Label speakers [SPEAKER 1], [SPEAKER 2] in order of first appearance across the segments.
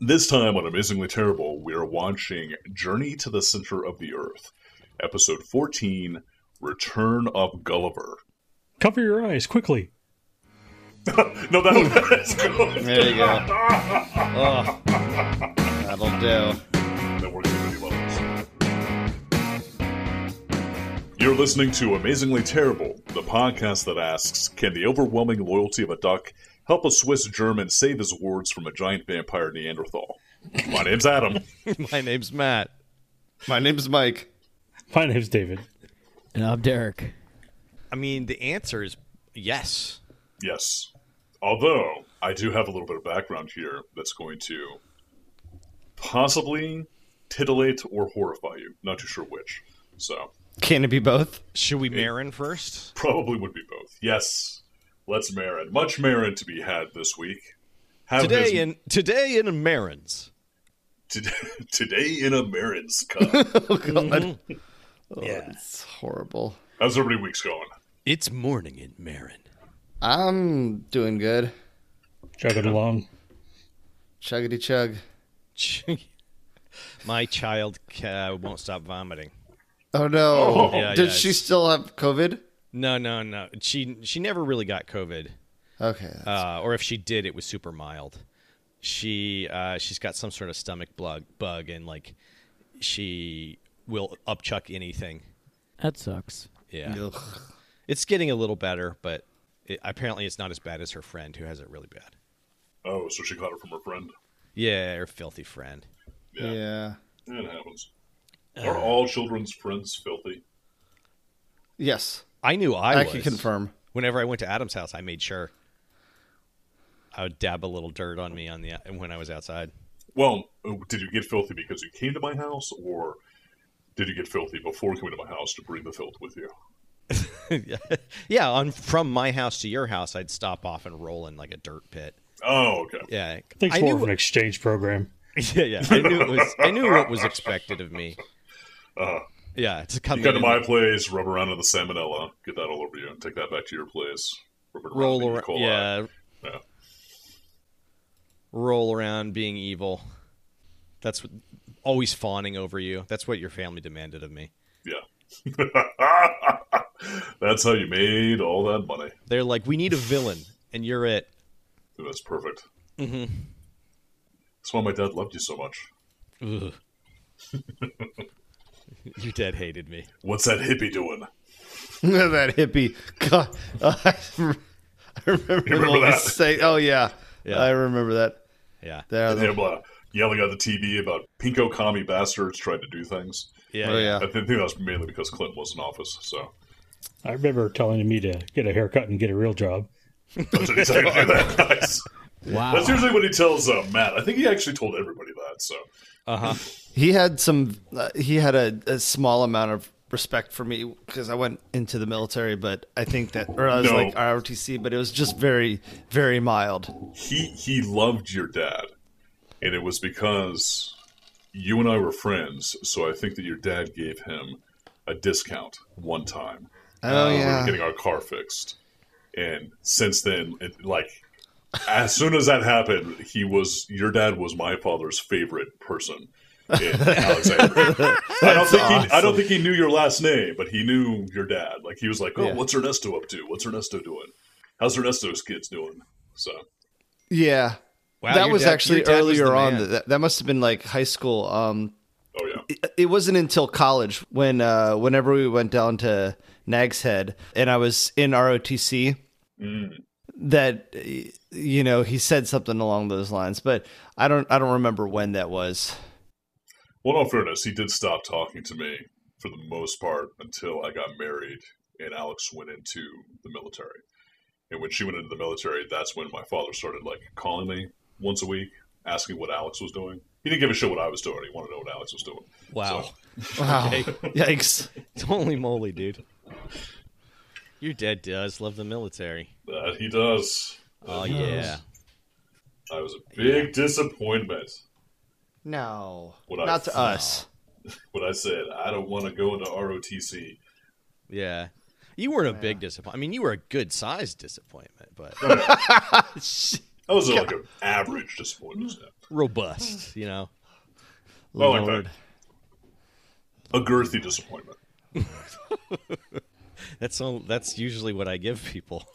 [SPEAKER 1] This time on Amazingly Terrible, we're watching Journey to the Center of the Earth, episode 14 Return of Gulliver.
[SPEAKER 2] Cover your eyes quickly.
[SPEAKER 1] No, that was, that's good.
[SPEAKER 3] There you go. Oh, that'll do.
[SPEAKER 1] That works for many levels. You're listening to Amazingly Terrible, the podcast that asks Can the overwhelming loyalty of a duck help a Swiss German save his wards from a giant vampire Neanderthal? My name's Adam.
[SPEAKER 3] My name's Matt. My name's Mike.
[SPEAKER 2] My name's David.
[SPEAKER 4] And I'm Derek.
[SPEAKER 3] I mean, the answer is yes.
[SPEAKER 1] Yes. Although I do have a little bit of background here that's going to possibly titillate or horrify you. Not too sure which. So
[SPEAKER 3] Can it be both?
[SPEAKER 5] Should we Marin first?
[SPEAKER 1] probably would be both. Yes. Let's Marin. Much Marin to be had this week. Have his-
[SPEAKER 5] Today in today in Marin's.
[SPEAKER 1] today, today in Marin's Cup.
[SPEAKER 3] It's Oh, horrible.
[SPEAKER 1] How's everybody week's going?
[SPEAKER 5] It's morning in Marin.
[SPEAKER 3] I'm doing good.
[SPEAKER 2] Chug it along.
[SPEAKER 3] Chuggity chug.
[SPEAKER 5] My child uh, won't stop vomiting.
[SPEAKER 3] Oh no.
[SPEAKER 5] Yeah,
[SPEAKER 3] Did
[SPEAKER 5] yeah,
[SPEAKER 3] she
[SPEAKER 5] it's-
[SPEAKER 3] still have COVID?
[SPEAKER 5] No, no, no. She she never really got COVID,
[SPEAKER 3] Okay.
[SPEAKER 5] uh, or if she did, it was super mild. She uh, she's got some sort of stomach bug bug, and like she will upchuck anything.
[SPEAKER 4] That sucks.
[SPEAKER 5] Yeah,
[SPEAKER 3] Ugh.
[SPEAKER 5] it's getting a little better, but it, apparently it's not as bad as her friend who has it really bad.
[SPEAKER 1] Oh, so she got it from her friend.
[SPEAKER 5] Yeah, her filthy friend.
[SPEAKER 3] Yeah.
[SPEAKER 1] It happens. Are all children's friends filthy?
[SPEAKER 3] Yes.
[SPEAKER 5] I knew I,
[SPEAKER 3] I,
[SPEAKER 5] was.
[SPEAKER 3] can confirm.
[SPEAKER 5] whenever I went to Adam's house, I made sure I would dab a little dirt on me on the when I was outside.
[SPEAKER 1] Well, uh, did you get filthy because you came to my house, or did you get filthy before coming to my house to bring the filth with you?
[SPEAKER 5] yeah, on from my house to your house, I'd stop off and roll in like a dirt pit.
[SPEAKER 1] Oh, okay.
[SPEAKER 5] Yeah,
[SPEAKER 2] Thanks
[SPEAKER 5] I
[SPEAKER 2] more
[SPEAKER 5] knew,
[SPEAKER 2] of an exchange program.
[SPEAKER 5] Yeah, yeah, I knew it was. I knew what was expected of me.
[SPEAKER 1] Uh,
[SPEAKER 5] Yeah, to come
[SPEAKER 1] you go
[SPEAKER 5] in
[SPEAKER 1] to
[SPEAKER 5] and
[SPEAKER 1] my place, rub around in the salmonella, get that all over you, and take that back to your place. Rub it around in
[SPEAKER 5] roll
[SPEAKER 1] E.
[SPEAKER 5] around.
[SPEAKER 1] coli.
[SPEAKER 5] Yeah,
[SPEAKER 1] Yeah.
[SPEAKER 5] roll around being evil. That's what, always fawning over you. That's what your family demanded of me.
[SPEAKER 1] Yeah. That's how you made all that money.
[SPEAKER 5] They're like, we need a villain, and you're it.
[SPEAKER 1] That's perfect. Mm-hmm. That's why my dad loved you so much.
[SPEAKER 5] Ugh. Your dad hated me.
[SPEAKER 1] What's that hippie doing?
[SPEAKER 3] that hippie. God. I remember, I remember,
[SPEAKER 1] remember
[SPEAKER 3] the
[SPEAKER 1] that?
[SPEAKER 3] say. Oh yeah.
[SPEAKER 5] Yeah.
[SPEAKER 3] I remember that.
[SPEAKER 5] Yeah.
[SPEAKER 3] There.
[SPEAKER 1] And him uh, yelling at the TV about pinko commie bastards trying to do things.
[SPEAKER 5] Yeah.
[SPEAKER 3] Oh yeah.
[SPEAKER 1] I think that was mainly because Clinton was in office, so
[SPEAKER 2] I remember telling me to get a haircut and get a real job.
[SPEAKER 1] that's what he said. Nice.
[SPEAKER 4] Wow.
[SPEAKER 1] That's usually what he tells uh, Matt. I think he actually told everybody that. So
[SPEAKER 5] Uh huh.
[SPEAKER 3] he had some uh, he had a, a small amount of respect for me because i went into the military but i think that or i was
[SPEAKER 1] No.
[SPEAKER 3] like rotc but it was just very very mild
[SPEAKER 1] he he loved your dad, and it was because you and I were friends. So I think that your dad gave him a discount one time. Uh,
[SPEAKER 3] oh
[SPEAKER 1] we were
[SPEAKER 3] yeah
[SPEAKER 1] getting our car fixed. And since then, it, like, as soon as that happened, he was your dad was my father's favorite person in Alexandria. I don't think he, I don't think he knew your last name, but he knew your dad. Like he was like, "Oh,
[SPEAKER 3] Yeah.
[SPEAKER 1] what's Ernesto up to? What's Ernesto doing? How's Ernesto's kids doing?" So
[SPEAKER 3] yeah
[SPEAKER 5] Wow,
[SPEAKER 3] that
[SPEAKER 5] your
[SPEAKER 3] was
[SPEAKER 5] dad-
[SPEAKER 3] actually
[SPEAKER 5] your dad was
[SPEAKER 3] earlier
[SPEAKER 5] the
[SPEAKER 3] on
[SPEAKER 5] man.
[SPEAKER 3] that, that must have been like high school um
[SPEAKER 1] Oh yeah,
[SPEAKER 3] it- it wasn't until college when uh whenever we went down to Nag's Head and I was in ROTC
[SPEAKER 5] Mm.
[SPEAKER 3] that y- you know he said something along those lines but I don't I don't remember when that was
[SPEAKER 1] well, in all fairness, he did stop talking to me for the most part until I got married and Alex went into the military. And when she went into the military, that's when my father started like calling me once a week, asking what Alex was doing. He didn't give a shit what I was doing. He wanted to know what Alex was doing.
[SPEAKER 5] Wow.
[SPEAKER 3] wow yikes
[SPEAKER 5] Holy moly, dude. Your dad does love the military.
[SPEAKER 1] That he does.
[SPEAKER 5] Oh yeah.
[SPEAKER 1] I was a big disappointment
[SPEAKER 3] No,
[SPEAKER 1] What I
[SPEAKER 3] not to
[SPEAKER 1] saw.
[SPEAKER 3] us.
[SPEAKER 1] when I said I don't want to go into ROTC.
[SPEAKER 5] Yeah. You weren't a big disappointment. I mean, you were a good sized disappointment, but
[SPEAKER 1] That was uh, like an average disappointment.
[SPEAKER 5] Robust, you know.
[SPEAKER 1] Not like that. A girthy disappointment.
[SPEAKER 5] That's all, that's usually what I give people.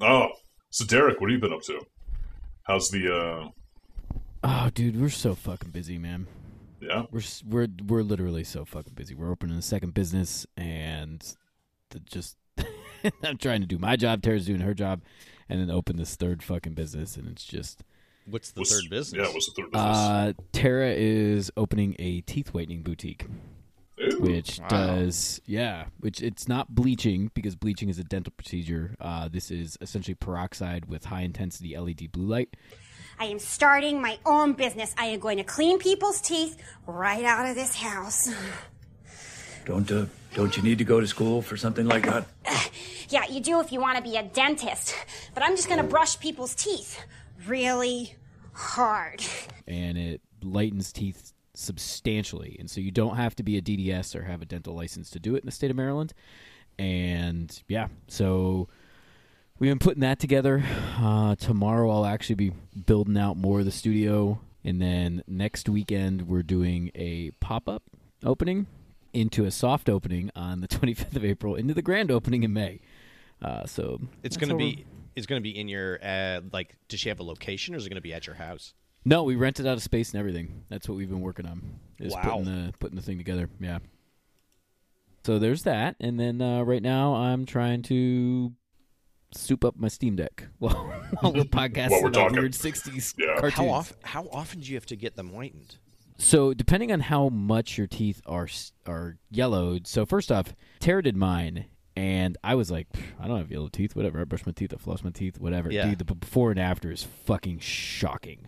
[SPEAKER 1] Oh, so Derek, what have you been up to? How's the uh
[SPEAKER 4] Oh, dude, we're so fucking busy, man.
[SPEAKER 1] yeah?
[SPEAKER 4] We're s- we're we're literally so fucking busy. We're opening a second business, and the, just I'm trying to do my job. Tara's doing her job, and then open this third fucking business, and it's just
[SPEAKER 5] What's the
[SPEAKER 1] What's-
[SPEAKER 5] third business?
[SPEAKER 1] Yeah, what's the third business?
[SPEAKER 4] uh, Tara is opening a teeth whitening boutique,
[SPEAKER 1] Ooh,
[SPEAKER 4] which does yeah, which it's not bleaching because bleaching is a dental procedure. Uh, this is essentially peroxide with high intensity LED blue light.
[SPEAKER 6] I am starting my own business. I am going to clean people's teeth right out of this house.
[SPEAKER 7] Don't uh, don't you need to go to school for something like that?
[SPEAKER 6] Yeah, you do if you want to be a dentist, but I'm just going to brush people's teeth really hard.
[SPEAKER 4] and it lightens teeth substantially. And so you don't have to be a DDS or have a dental license to do it in the state of Maryland. And yeah, so we've been putting that together. Uh, tomorrow I'll actually be building out more of the studio. And then next weekend we're doing a pop up opening into a soft opening on the 25th of April into the grand opening in May. Uh, so
[SPEAKER 5] It's
[SPEAKER 4] that's
[SPEAKER 5] going to
[SPEAKER 4] what we're-
[SPEAKER 5] be it's going to be in your uh, like does she have a location or is it going to be at your house?
[SPEAKER 4] No, we rented out a space and everything. That's what we've been working on. Is
[SPEAKER 5] Wow.
[SPEAKER 4] putting the putting the thing together. Yeah. So there's that, and then uh, right now I'm trying to soup up my Steam Deck while, while we're podcasting
[SPEAKER 1] While we're
[SPEAKER 4] about
[SPEAKER 1] talking.
[SPEAKER 4] weird '60s
[SPEAKER 1] Yeah. How
[SPEAKER 4] cartoons.
[SPEAKER 5] How often how often do you have to get them whitened?
[SPEAKER 4] So depending on how much your teeth are s- are yellowed. So first off, Tara did mine, and I was like, "Pff, I don't have yellow teeth. Whatever. I brush my teeth. I floss my teeth. Whatever.
[SPEAKER 5] Yeah.
[SPEAKER 4] Dude, the b- before and after is fucking shocking.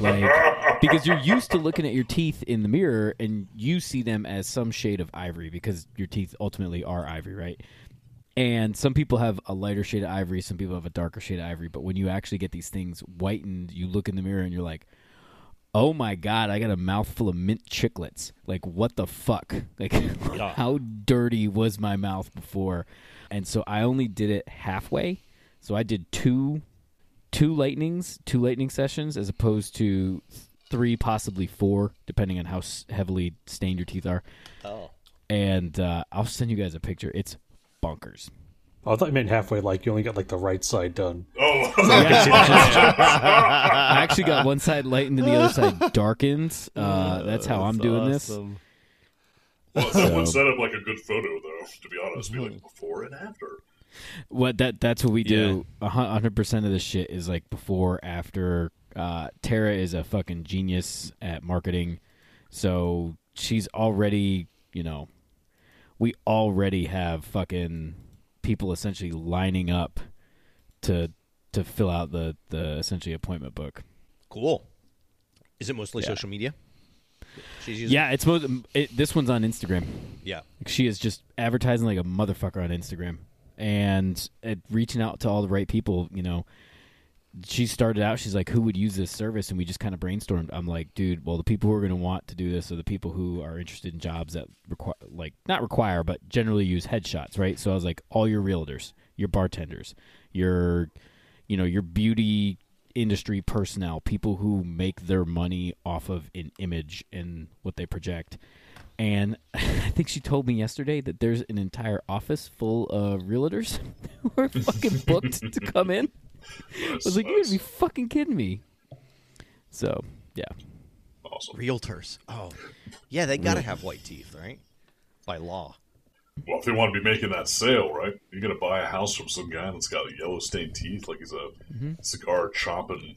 [SPEAKER 4] like because you're used to looking at your teeth in the mirror and you see them as some shade of ivory because your teeth ultimately are ivory, right? And some people have a lighter shade of ivory, some people have a darker shade of ivory, but when you actually get these things whitened, you look in the mirror and you're like, "Oh my god, I got a mouthful of mint chiclets." Like, what the fuck? Like how dirty was my mouth before? And so I only did it halfway. So I did two two lightnings, two lightning sessions, as opposed to three, possibly four, depending on how s- heavily stained your teeth are.
[SPEAKER 5] Oh.
[SPEAKER 4] And uh, I'll send you guys a picture. It's bonkers.
[SPEAKER 2] Oh, I thought you meant halfway, like you only got like the right side done.
[SPEAKER 1] Oh,
[SPEAKER 4] I actually got one side lightened and the other side darkened. Uh, that's how I'm doing this.
[SPEAKER 1] well, that would set up like a good photo though. To be honest, be
[SPEAKER 4] Mm-hmm.
[SPEAKER 1] like before and after.
[SPEAKER 4] What that that's what we do. A hun- hundred percent of this shit is like before, after. Uh, Tara is a fucking genius at marketing, so she's already you know, we already have fucking people essentially lining up to to fill out the the essentially appointment book.
[SPEAKER 5] Cool. Is it mostly social media? She's using
[SPEAKER 4] Yeah, it's most. It, this one's on Instagram.
[SPEAKER 5] Yeah.
[SPEAKER 4] She is just advertising like a motherfucker on Instagram and at reaching out to all the right people, you know. She started out, she's like, who would use this service? And we just kind of brainstormed. I'm like, dude, well, the people who are going to want to do this are the people who are interested in jobs that require, like, not require, but generally use headshots, right? So I was like, all your realtors, your bartenders, your, you know, your beauty industry personnel, people who make their money off of an image and what they project. And I think she told me yesterday that there's an entire office full of realtors who are fucking booked to come in. I was like, you gotta be fucking kidding me. So, yeah.
[SPEAKER 1] Awesome.
[SPEAKER 5] Realtors. Oh. Yeah, they got to have white teeth, right? By law.
[SPEAKER 1] Well, if they want to be making that sale, right? You're gonna buy a house from some guy that's got yellow stained teeth, like he's a cigar chopping.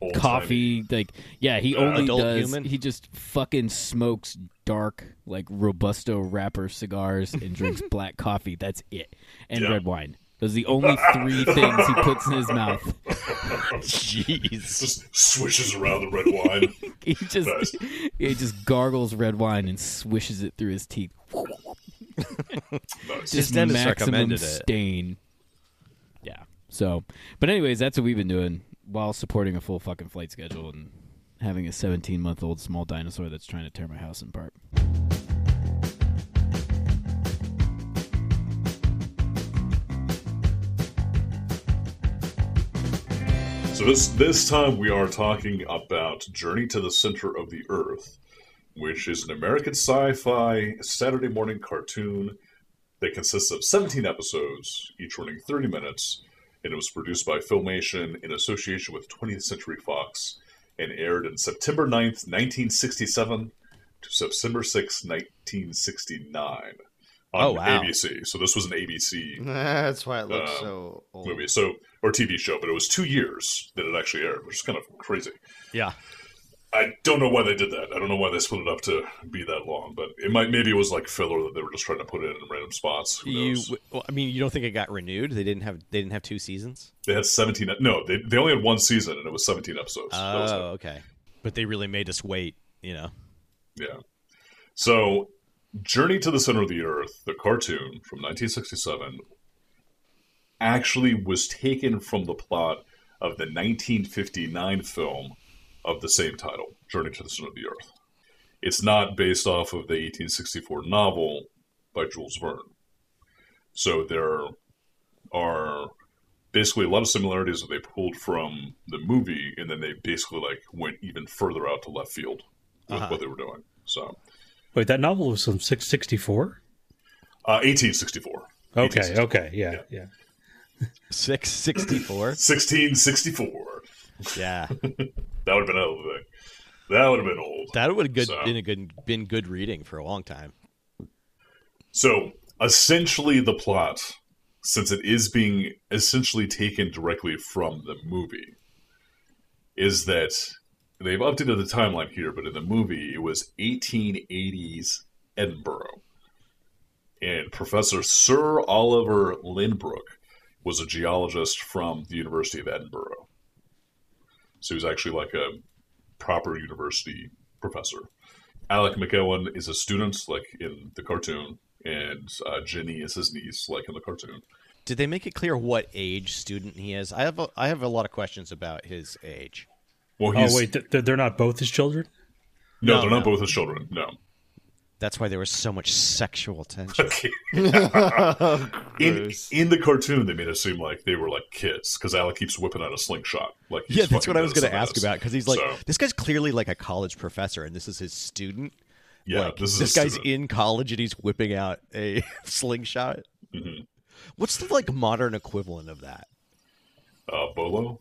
[SPEAKER 1] old-timey-
[SPEAKER 4] Mm-hmm. Coffee, like, yeah, he only
[SPEAKER 5] adult
[SPEAKER 4] does,
[SPEAKER 5] human?
[SPEAKER 4] he just fucking smokes dark, like, Robusto wrapper cigars and drinks black coffee. That's it. And
[SPEAKER 1] Yeah.
[SPEAKER 4] red wine. Those are the only three things he puts in his mouth.
[SPEAKER 5] Jeez.
[SPEAKER 1] Just swishes around the red wine.
[SPEAKER 4] He just
[SPEAKER 1] Nice.
[SPEAKER 4] he just gargles red wine and swishes it through his teeth.
[SPEAKER 1] nice.
[SPEAKER 4] Just
[SPEAKER 5] dentist
[SPEAKER 4] maximum
[SPEAKER 5] recommended it.
[SPEAKER 4] stain. Yeah. So, but anyways, that's what we've been doing while supporting a full fucking flight schedule and having a 17 month old small dinosaur that's trying to tear my house apart.
[SPEAKER 1] So this this time we are talking about Journey to the Center of the Earth, which is an American sci-fi Saturday morning cartoon that consists of 17 episodes, each running 30 minutes, and it was produced by Filmation in association with 20th Century Fox and aired in September 9th, 1967 to September 6th, 1969 on
[SPEAKER 5] Oh, wow.
[SPEAKER 1] ABC. So this was an ABC
[SPEAKER 3] That's why it looks
[SPEAKER 5] Uh,
[SPEAKER 1] Um,
[SPEAKER 3] so old.
[SPEAKER 1] movie, so or TV show, but it was two years that it actually aired, which is kind of crazy.
[SPEAKER 5] Yeah.
[SPEAKER 1] I don't know why they did that. I don't know why they split it up to be that long, but it might maybe it was like filler that they were just trying to put in in random spots. Who
[SPEAKER 5] You,
[SPEAKER 1] knows?
[SPEAKER 5] well, I mean, you don't think it got renewed? They didn't have they didn't have two seasons.
[SPEAKER 1] They had seventeen. e- No, they, they only had one season, and it was seventeen episodes. That was it.
[SPEAKER 5] Oh, okay. But they really made us wait. You know.
[SPEAKER 1] Yeah. So, Journey to the Center of the Earth, the cartoon from 1967, actually was taken from the plot of the 1959 film of the same title, Journey to the Center of the Earth. It's not based off of the 1864 novel by Jules Verne. So, there are basically a lot of similarities that they pulled from the movie, and then they basically like went even further out to left field with what they were doing. So,
[SPEAKER 2] Wait, that novel was from 664?
[SPEAKER 1] uh, 1864.
[SPEAKER 2] Okay, okay, yeah, yeah.
[SPEAKER 5] Six sixty four.
[SPEAKER 1] 1664.
[SPEAKER 5] yeah,
[SPEAKER 1] That would have been a thing. That would have been old.
[SPEAKER 5] that would have good
[SPEAKER 1] So-
[SPEAKER 5] been a good been good reading for a long time.
[SPEAKER 1] So essentially, the plot, since it is being essentially taken directly from the movie, is that they've updated the timeline here, but in the movie, it was 1880s Edinburgh. And Professor Sir Oliver Lynbrook was a geologist from the University of Edinburgh. So he was actually like a proper university professor. Alec McEwan is a student, like in the cartoon, and uh, Jenny is his niece, like in the cartoon.
[SPEAKER 5] Did they make it clear what age student he is? I have a, I have a lot of questions about his age.
[SPEAKER 1] Well,
[SPEAKER 2] Oh,
[SPEAKER 1] he's
[SPEAKER 2] wait, th- th- they're not both his children?
[SPEAKER 1] no,
[SPEAKER 5] No,
[SPEAKER 1] they're not
[SPEAKER 5] no.
[SPEAKER 1] both his children. No,
[SPEAKER 5] That's why there was so much sexual tension.
[SPEAKER 1] in in the cartoon, they made it seem like they were like kids because Alec keeps whipping out a slingshot. Like, he's
[SPEAKER 5] yeah, that's
[SPEAKER 1] fucking
[SPEAKER 5] what I was
[SPEAKER 1] does
[SPEAKER 5] going to
[SPEAKER 1] some
[SPEAKER 5] ask
[SPEAKER 1] ass.
[SPEAKER 5] about because he's like,
[SPEAKER 1] So,
[SPEAKER 5] this guy's clearly like a college professor, and this is his student.
[SPEAKER 1] yeah,
[SPEAKER 5] like,
[SPEAKER 1] this is a
[SPEAKER 5] guy's
[SPEAKER 1] student.
[SPEAKER 5] in college and he's whipping out a slingshot.
[SPEAKER 1] Mm-hmm.
[SPEAKER 5] What's the like modern equivalent of that?
[SPEAKER 1] uh, Bolo.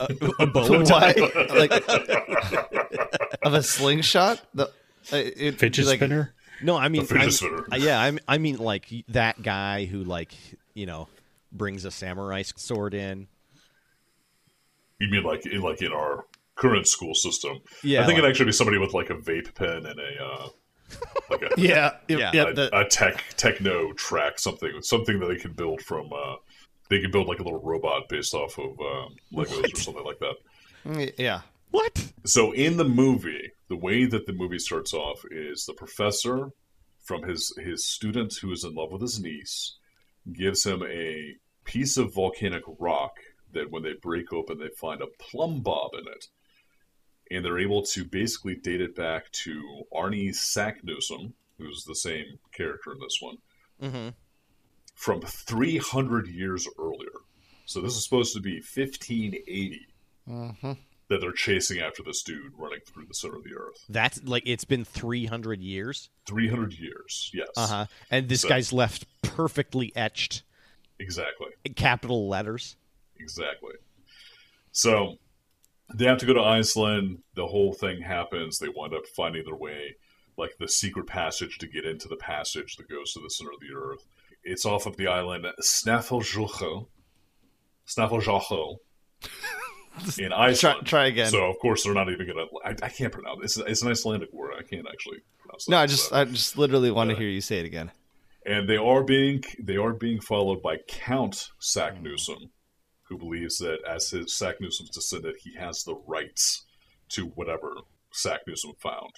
[SPEAKER 5] A bow
[SPEAKER 3] Why?
[SPEAKER 5] tie?
[SPEAKER 3] like
[SPEAKER 5] uh,
[SPEAKER 3] of a slingshot? The uh, it,
[SPEAKER 2] Fidget
[SPEAKER 3] like,
[SPEAKER 2] spinner?
[SPEAKER 5] No, I mean,
[SPEAKER 1] A fidget
[SPEAKER 5] I'm-
[SPEAKER 1] spinner.
[SPEAKER 5] uh, yeah, I'm, I mean, like that guy who, like, you know, brings a samurai sword in.
[SPEAKER 1] You mean like in like in our current school system?
[SPEAKER 5] Yeah,
[SPEAKER 1] I think
[SPEAKER 5] like-
[SPEAKER 1] it'd actually be somebody with like a vape pen and a uh, like a
[SPEAKER 3] Yeah, yeah.
[SPEAKER 5] Yeah.
[SPEAKER 3] yeah,
[SPEAKER 1] a,
[SPEAKER 3] the-
[SPEAKER 1] a tech techno track something something that they can build from uh they can build like a little robot based off of um, Legos or something like that.
[SPEAKER 3] yeah.
[SPEAKER 5] What?
[SPEAKER 1] So in the movie, the way that the movie starts off is the professor from his his student who is in love with his niece gives him a piece of volcanic rock that when they break open they find a plumb bob in it. And they're able to basically date it back to Arnie Sacknussemm, who's the same character in this one, from 300 years earlier. So this is supposed to be 1580 that they're chasing after this dude running through the center of the earth.
[SPEAKER 5] That's like it's been 300 years.
[SPEAKER 1] 300 years. Yes.
[SPEAKER 5] Uh
[SPEAKER 3] Uh-huh.
[SPEAKER 5] huh. And this
[SPEAKER 1] So-
[SPEAKER 5] guy's left perfectly etched
[SPEAKER 1] Exactly.
[SPEAKER 5] in capital letters.
[SPEAKER 1] Exactly. So they have to go to Iceland. The whole thing happens. They wind up finding their way, like the secret passage to get into the passage that goes to the center of the earth. It's off of the island Snafeljochel. Snafeljochel. In
[SPEAKER 3] Try,
[SPEAKER 1] Iceland.
[SPEAKER 3] try again.
[SPEAKER 1] So of course they're not even gonna. I, I can't pronounce. It's, it's an Icelandic word. I can't actually. pronounce
[SPEAKER 3] no,
[SPEAKER 1] that,
[SPEAKER 3] I just
[SPEAKER 1] so.
[SPEAKER 3] I just literally want to hear you say it again.
[SPEAKER 1] and they are being they are being followed by Count
[SPEAKER 4] Hmm.
[SPEAKER 1] Sack Newsom, who believes that as his Sack Newsom's descendant, he has the rights to whatever Sack Newsom found.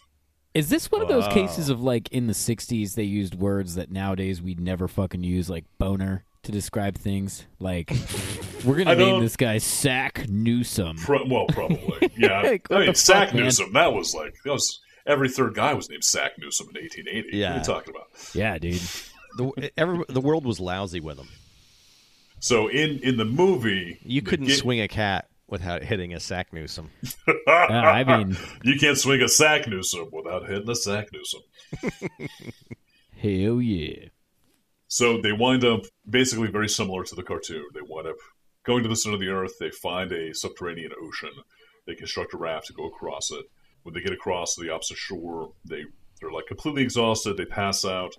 [SPEAKER 4] Is this one of those cases of like in the '60s they used words that nowadays we'd never fucking use, like boner, to describe things? Like, we're gonna
[SPEAKER 1] I
[SPEAKER 4] name
[SPEAKER 1] don't-
[SPEAKER 4] this guy Sack Newsome.
[SPEAKER 1] Pro- well, probably, yeah.
[SPEAKER 4] Like, what
[SPEAKER 1] I mean,
[SPEAKER 4] the
[SPEAKER 1] Sack
[SPEAKER 4] fuck, man?
[SPEAKER 1] Newsom. That was like that was every third guy was named Sack Newsom in 1880. What are
[SPEAKER 5] Yeah.
[SPEAKER 1] you talking about?
[SPEAKER 4] Yeah, dude.
[SPEAKER 5] The, every, the world was lousy with him.
[SPEAKER 1] So in in the movie,
[SPEAKER 5] You
[SPEAKER 1] they
[SPEAKER 5] couldn't
[SPEAKER 1] get-
[SPEAKER 5] swing a cat without hitting a sack Newsom.
[SPEAKER 4] Yeah, I mean,
[SPEAKER 1] You can't swing a sack Newsom without hitting a sack Newsom.
[SPEAKER 4] hell yeah.
[SPEAKER 1] So they wind up basically very similar to the cartoon. They wind up going to the center of the earth. They find a subterranean ocean. They construct a raft to go across it. When they get across to the opposite shore, they they're like completely exhausted. They pass out,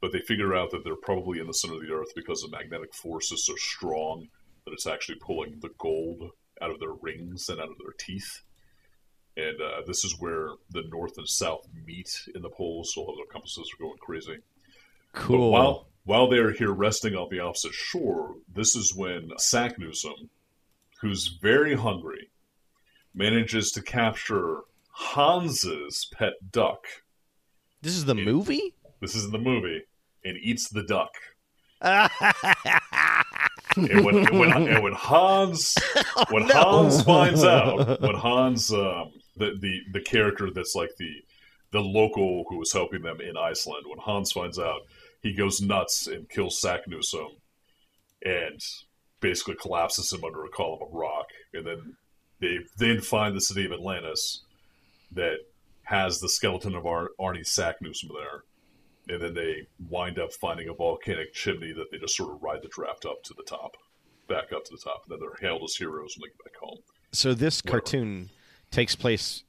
[SPEAKER 1] but they figure out that they're probably in the center of the earth because the magnetic force is so strong that it's actually pulling the gold out of their rings and out of their teeth. And uh, this is where the north and south meet in the poles. So all their compasses are going crazy.
[SPEAKER 5] Cool.
[SPEAKER 1] But while while they're here resting on the opposite shore, this is when Sack Newsom, who's very hungry, manages to capture Hans's pet duck.
[SPEAKER 5] this is the movie?
[SPEAKER 1] This is in the movie, and eats the duck. and, when, and, when, and when Hans, when Hans finds out, when Hans, um, the, the the character that's like the the local who was helping them in Iceland, when Hans finds out, he goes nuts and kills Sack Newsom, and basically collapses him under a column of rock, and then they then find the city of Atlantis that has the skeleton of Ar- Arnie Sack Newsom there and then they wind up finding a volcanic chimney that they just sort of ride the draft up to the top, back up to the top, and then they're hailed as heroes when they get back home.
[SPEAKER 5] So this cartoon takes place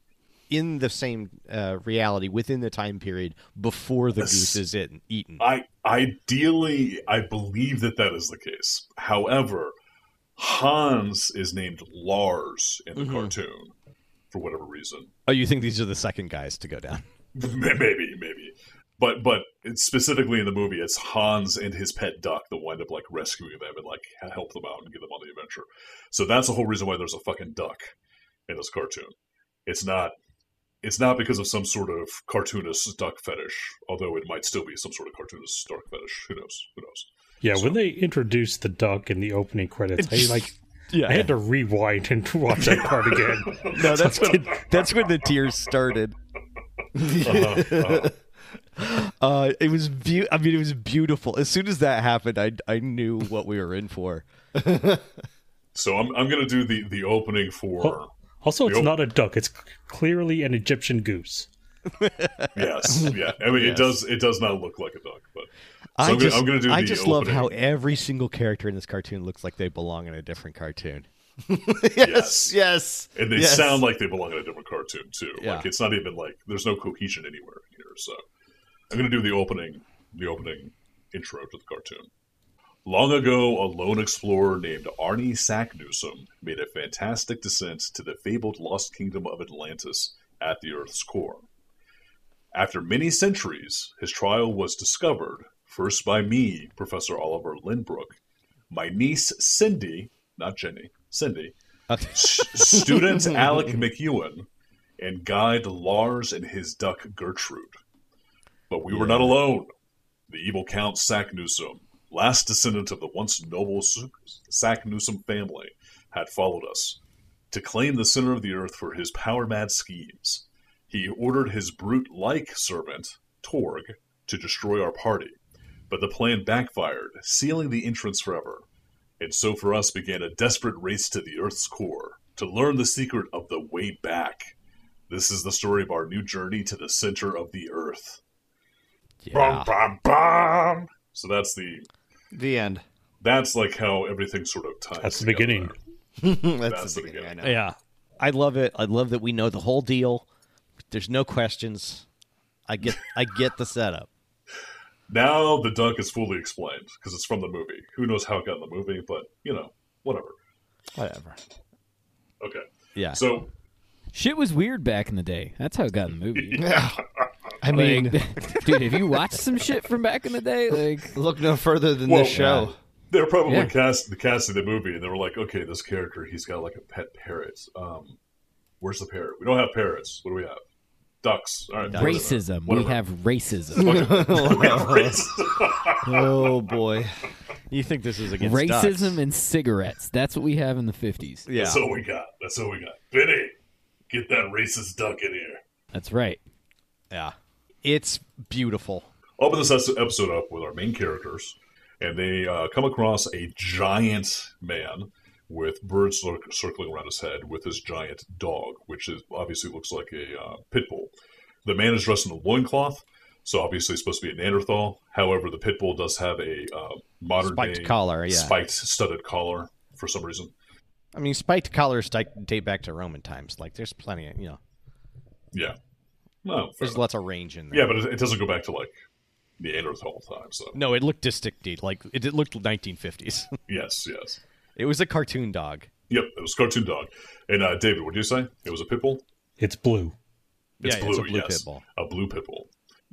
[SPEAKER 5] in the same uh, reality within the time period before the goose is in, eaten.
[SPEAKER 1] I ideally, I believe that that is the case. However, Hans is named Lars in the cartoon for whatever reason.
[SPEAKER 5] Oh, you think these are the second guys to go down?
[SPEAKER 1] May- maybe, maybe. But but it's specifically in the movie, it's Hans and his pet duck that wind up like rescuing them and like help them out and get them on the adventure. So that's the whole reason why there's a fucking duck in this cartoon. It's not it's not because of some sort of cartoonist duck fetish, although it might still be some sort of cartoonist duck fetish. Who knows? Who knows?
[SPEAKER 2] Yeah, when they introduced the duck in the opening credits, I like
[SPEAKER 5] Yeah.
[SPEAKER 2] I had to rewind and watch that part again.
[SPEAKER 5] No, that's when that's when the tears started. Uh, it was beau- I mean, it was beautiful. As soon as that happened, I I knew what we were in for.
[SPEAKER 1] So I'm I'm gonna do the the opening for
[SPEAKER 2] Also, it's
[SPEAKER 1] Yep.
[SPEAKER 2] not a duck; it's c- clearly an Egyptian goose.
[SPEAKER 1] yes, yeah. I mean it does it does not look like a duck, but So
[SPEAKER 5] I
[SPEAKER 1] I'm gonna-
[SPEAKER 5] just,
[SPEAKER 1] I'm gonna do
[SPEAKER 5] I
[SPEAKER 1] the
[SPEAKER 5] just love how every single character in this cartoon looks like they belong in a different cartoon.
[SPEAKER 1] Yes.
[SPEAKER 3] yes, yes.
[SPEAKER 1] and they
[SPEAKER 3] yes.
[SPEAKER 1] sound like they belong in a different cartoon too.
[SPEAKER 5] Yeah.
[SPEAKER 1] Like it's not even like there's no cohesion anywhere here. So I'm gonna do the opening, the opening intro to the cartoon. Long ago, a lone explorer named Arnie Sack Newsom made a fantastic descent to the fabled lost kingdom of Atlantis at the Earth's core. After many centuries, his trial was discovered, first by me, Professor Oliver Lindbrook, my niece Cindy, not Jenny, Cindy, s- student Alec McEwen, and guide Lars and his duck Gertrude. But we were not alone. The evil Count Sack Newsom, last descendant of the once noble Su- Sack Newsom family, had followed us to claim the center of the earth for his power mad schemes. He ordered his brute like servant, Torg, to destroy our party. But the plan backfired, sealing the entrance forever. And so for us began a desperate race to the Earth's core to learn the secret of the way back. This is the story of our new journey to the center of the Earth.
[SPEAKER 5] Yeah.
[SPEAKER 1] Bum, bum, bum. So that's the
[SPEAKER 3] The end.
[SPEAKER 1] that's like how everything sort of ties.
[SPEAKER 2] That's the
[SPEAKER 1] together.
[SPEAKER 2] beginning.
[SPEAKER 3] That's,
[SPEAKER 1] That's
[SPEAKER 3] the
[SPEAKER 1] the
[SPEAKER 3] beginning. I know.
[SPEAKER 5] Yeah. I love it. I love that we know the whole deal. There's no questions. I get I get the setup.
[SPEAKER 1] Now the duck is fully explained because it's from the movie. Who knows how it got in the movie, but you know, whatever.
[SPEAKER 5] Whatever.
[SPEAKER 1] Okay.
[SPEAKER 5] Yeah.
[SPEAKER 1] So
[SPEAKER 4] Shit was weird back in the day. That's how it got in the movie.
[SPEAKER 3] I mean,
[SPEAKER 4] Dude, have you watched some shit from back in the day? Like,
[SPEAKER 3] look no further than
[SPEAKER 1] Well,
[SPEAKER 3] this show.
[SPEAKER 1] They're probably
[SPEAKER 4] Yeah.
[SPEAKER 1] cast the casting the movie, and they were like, "Okay, this character, he's got like a pet parrot. Um, where's the parrot? We don't have parrots. What do we have? Ducks. All right, whatever.
[SPEAKER 4] racism.
[SPEAKER 1] Whatever.
[SPEAKER 4] We have racism.
[SPEAKER 1] We have racism.
[SPEAKER 3] Oh boy.
[SPEAKER 5] You think this is against
[SPEAKER 4] racism
[SPEAKER 5] ducks.
[SPEAKER 4] and cigarettes. That's what we have in the 50s.
[SPEAKER 5] yeah.
[SPEAKER 1] That's all we got. That's all we got. Benny, get that racist duck in here.
[SPEAKER 4] That's right.
[SPEAKER 5] yeah. It's beautiful.
[SPEAKER 1] I'll open this es- episode up with our main characters and they uh, come across a giant man with birds cir- circling around his head with his giant dog, which is obviously looks like a uh, pit bull. The man is dressed in a loincloth, so obviously it's supposed to be a Neanderthal. However, the pit bull does have a uh, modern
[SPEAKER 5] Spiked
[SPEAKER 1] day
[SPEAKER 5] collar, yeah.
[SPEAKER 1] spiked studded collar for some reason.
[SPEAKER 5] I mean, spiked collars di- date back to Roman times. Like, there's plenty of, you know,
[SPEAKER 1] Yeah, no, fair
[SPEAKER 5] there's
[SPEAKER 1] enough.
[SPEAKER 5] lots of range in there.
[SPEAKER 1] yeah, but it, it doesn't go back to like Neanderthal times. So
[SPEAKER 5] No, it looked distinctive. Like, it, it looked 1950s.
[SPEAKER 1] yes, yes,
[SPEAKER 5] it was a cartoon dog.
[SPEAKER 1] yep, it was cartoon dog. And uh, David, what do you say? It was a pit bull.
[SPEAKER 2] It's blue.
[SPEAKER 1] It's
[SPEAKER 5] Yeah,
[SPEAKER 1] blue,
[SPEAKER 5] it's a blue
[SPEAKER 1] yes.
[SPEAKER 5] pit bull.
[SPEAKER 1] A blue pit bull.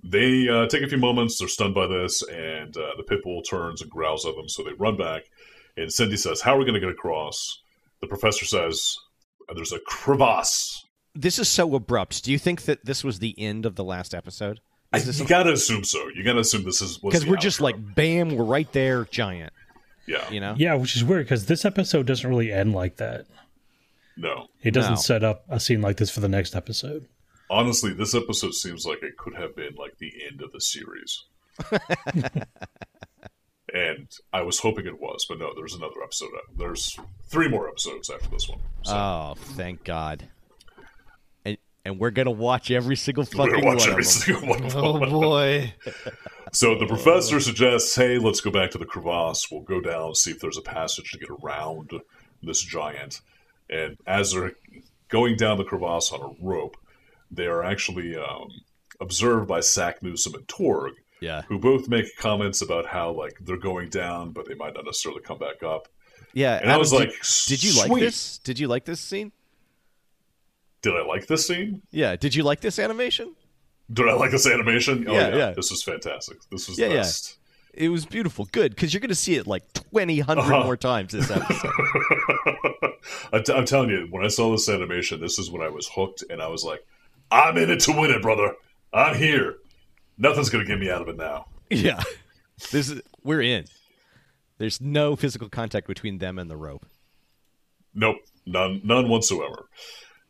[SPEAKER 1] They uh, take a few moments. They're stunned by this, and uh, the pit bull turns and growls at them. So they run back, and Cindy says, "How are we going to get across?" The professor says, "There's a crevasse."
[SPEAKER 5] This is so abrupt. Do you think that this was the end of the last episode?
[SPEAKER 1] I, you gotta assume so. You gotta assume this is
[SPEAKER 5] Because we're just like, bam, we're right there, giant.
[SPEAKER 1] yeah,
[SPEAKER 5] You know?
[SPEAKER 2] Yeah, which is weird because this episode doesn't really end like that.
[SPEAKER 1] no.
[SPEAKER 2] It doesn't
[SPEAKER 5] No.
[SPEAKER 2] set up a scene like this for the next episode.
[SPEAKER 1] Honestly, this episode seems like it could have been like the end of the series. and I was hoping it was, but no. There's another episode. There's three more episodes after this one. So
[SPEAKER 5] Oh, thank God. And and we're gonna watch every single
[SPEAKER 1] we're
[SPEAKER 5] fucking
[SPEAKER 1] gonna watch
[SPEAKER 5] one
[SPEAKER 1] every
[SPEAKER 5] of them.
[SPEAKER 1] single one. of them.
[SPEAKER 3] Oh boy.
[SPEAKER 1] So the professor suggests, hey, let's go back to the crevasse. We'll go down, see if there's a passage to get around this giant. And as they're going down the crevasse on a rope, they are actually um, observed by Sack Newsom and Torg,
[SPEAKER 5] Yeah,
[SPEAKER 1] who both make comments about how like they're going down, but they might not necessarily come back up.
[SPEAKER 5] yeah.
[SPEAKER 1] And I
[SPEAKER 5] Adam,
[SPEAKER 1] was
[SPEAKER 5] did-
[SPEAKER 1] like,
[SPEAKER 5] did you like
[SPEAKER 1] "Sweet."
[SPEAKER 5] this? Did you like this scene?
[SPEAKER 1] Did I like this scene?
[SPEAKER 5] Yeah. Did you like this animation?
[SPEAKER 1] Did I like this animation? Oh,
[SPEAKER 5] Yeah,
[SPEAKER 1] yeah,
[SPEAKER 5] yeah.
[SPEAKER 1] This was fantastic. This was
[SPEAKER 5] Yeah,
[SPEAKER 1] the
[SPEAKER 5] yeah.
[SPEAKER 1] best.
[SPEAKER 5] It was beautiful. Good, because you're gonna see it like 20, 100
[SPEAKER 1] Uh-huh.
[SPEAKER 5] more times this episode.
[SPEAKER 1] I t- I'm telling you, when I saw this animation, this is when I was hooked, and I was like, "I'm in it to win it, brother. I'm here. Nothing's gonna get me out of it now."
[SPEAKER 5] yeah. This is we're in. There's no physical contact between them and the rope.
[SPEAKER 1] Nope, none, none whatsoever.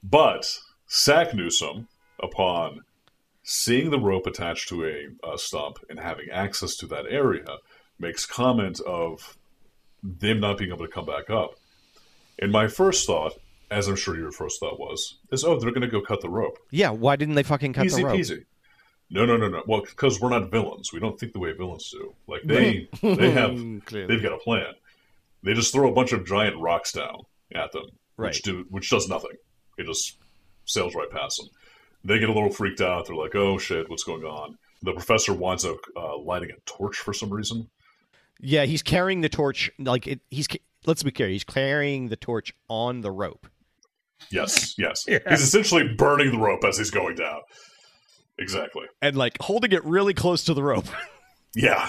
[SPEAKER 1] But Sack Newsom, upon seeing the rope attached to a, a stump and having access to that area, makes comment of them not being able to come back up. And my first thought, as I'm sure your first thought was, is, "Oh, they're gonna go cut the rope."
[SPEAKER 5] Yeah. Why didn't they fucking cut
[SPEAKER 1] easy
[SPEAKER 5] the rope?
[SPEAKER 1] peasy. No, no, no, no. Well, because we're not villains. We don't think the way villains do. Like they, they have, they've got a plan. They just throw a bunch of giant rocks down at them,
[SPEAKER 5] Right.
[SPEAKER 1] which do, which does nothing. It just sails right past them. They get a little freaked out. They're like, "Oh shit, what's going on?" The professor winds up uh, lighting a torch for some reason.
[SPEAKER 5] Yeah, he's carrying the torch. Like it, he's. ca- Let's be clear. He's carrying the torch on the rope.
[SPEAKER 1] Yes, yes. He's essentially burning the rope as he's going down. Exactly.
[SPEAKER 5] and like holding it really close to the rope.
[SPEAKER 1] Yeah.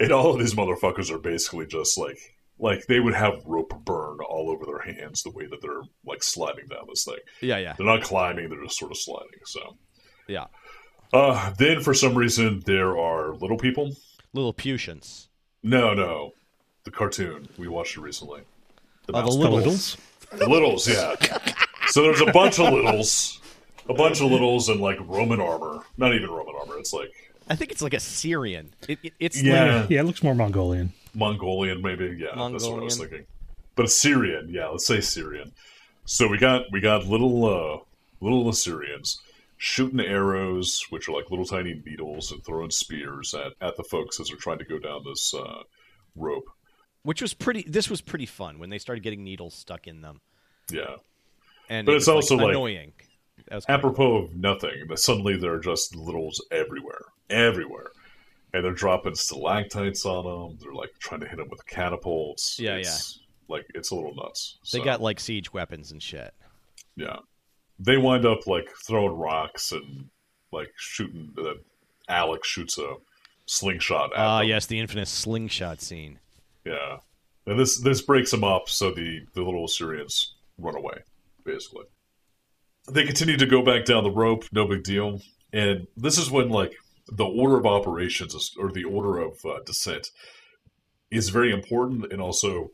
[SPEAKER 1] And all of these motherfuckers are basically just like like they would have rope burn all over their hands the way that they're like sliding down this thing.
[SPEAKER 5] yeah, yeah,
[SPEAKER 1] They're not climbing, they're just sort of sliding. So
[SPEAKER 5] yeah.
[SPEAKER 1] uh then for some reason there are little people.
[SPEAKER 5] Little Putians.
[SPEAKER 1] No, no. The cartoon. We watched it recently. The,
[SPEAKER 5] Uh, the
[SPEAKER 1] mouse-
[SPEAKER 2] The
[SPEAKER 5] littles.
[SPEAKER 2] littles?
[SPEAKER 1] the littles, yeah. so there's a bunch of littles. A bunch of littles in like Roman armor. Not even Roman armor, it's like
[SPEAKER 5] I think it's like a Syrian. It, it- it's
[SPEAKER 1] Yeah.
[SPEAKER 2] Yeah, it looks more Mongolian.
[SPEAKER 1] Mongolian, maybe. Yeah, that's what I was
[SPEAKER 5] Mongolian.
[SPEAKER 1] thinking. But Syrian, yeah, let's say Syrian. So we got we got little uh, little Assyrians shooting arrows, which are like little tiny needles, and throwing spears at, at the folks as they're trying to go down this uh, rope.
[SPEAKER 5] which was pretty. This was pretty fun when they started getting needles stuck in them,
[SPEAKER 1] Yeah,
[SPEAKER 5] and
[SPEAKER 1] But
[SPEAKER 5] it
[SPEAKER 1] it's
[SPEAKER 5] was,
[SPEAKER 1] also, like,
[SPEAKER 5] annoying. That was kinda cool.
[SPEAKER 1] apropos of nothing, but suddenly there are just littles everywhere, everywhere, and they're dropping stalactites on them. They're like trying to hit them with catapults.
[SPEAKER 5] Yeah,
[SPEAKER 1] it's, yeah. Like it's a little nuts.
[SPEAKER 5] They
[SPEAKER 1] So-
[SPEAKER 5] got like siege weapons and shit.
[SPEAKER 1] Yeah. They wind up like throwing rocks and like shooting. Uh, Alex shoots a slingshot at
[SPEAKER 5] Ah,
[SPEAKER 1] them.
[SPEAKER 5] yes, the infamous slingshot scene.
[SPEAKER 1] Yeah. And this this breaks them up, so the the little Assyrians run away, basically. They continue to go back down the rope. No big deal. And this is when like the order of operations is, or the order of uh, descent is very important and also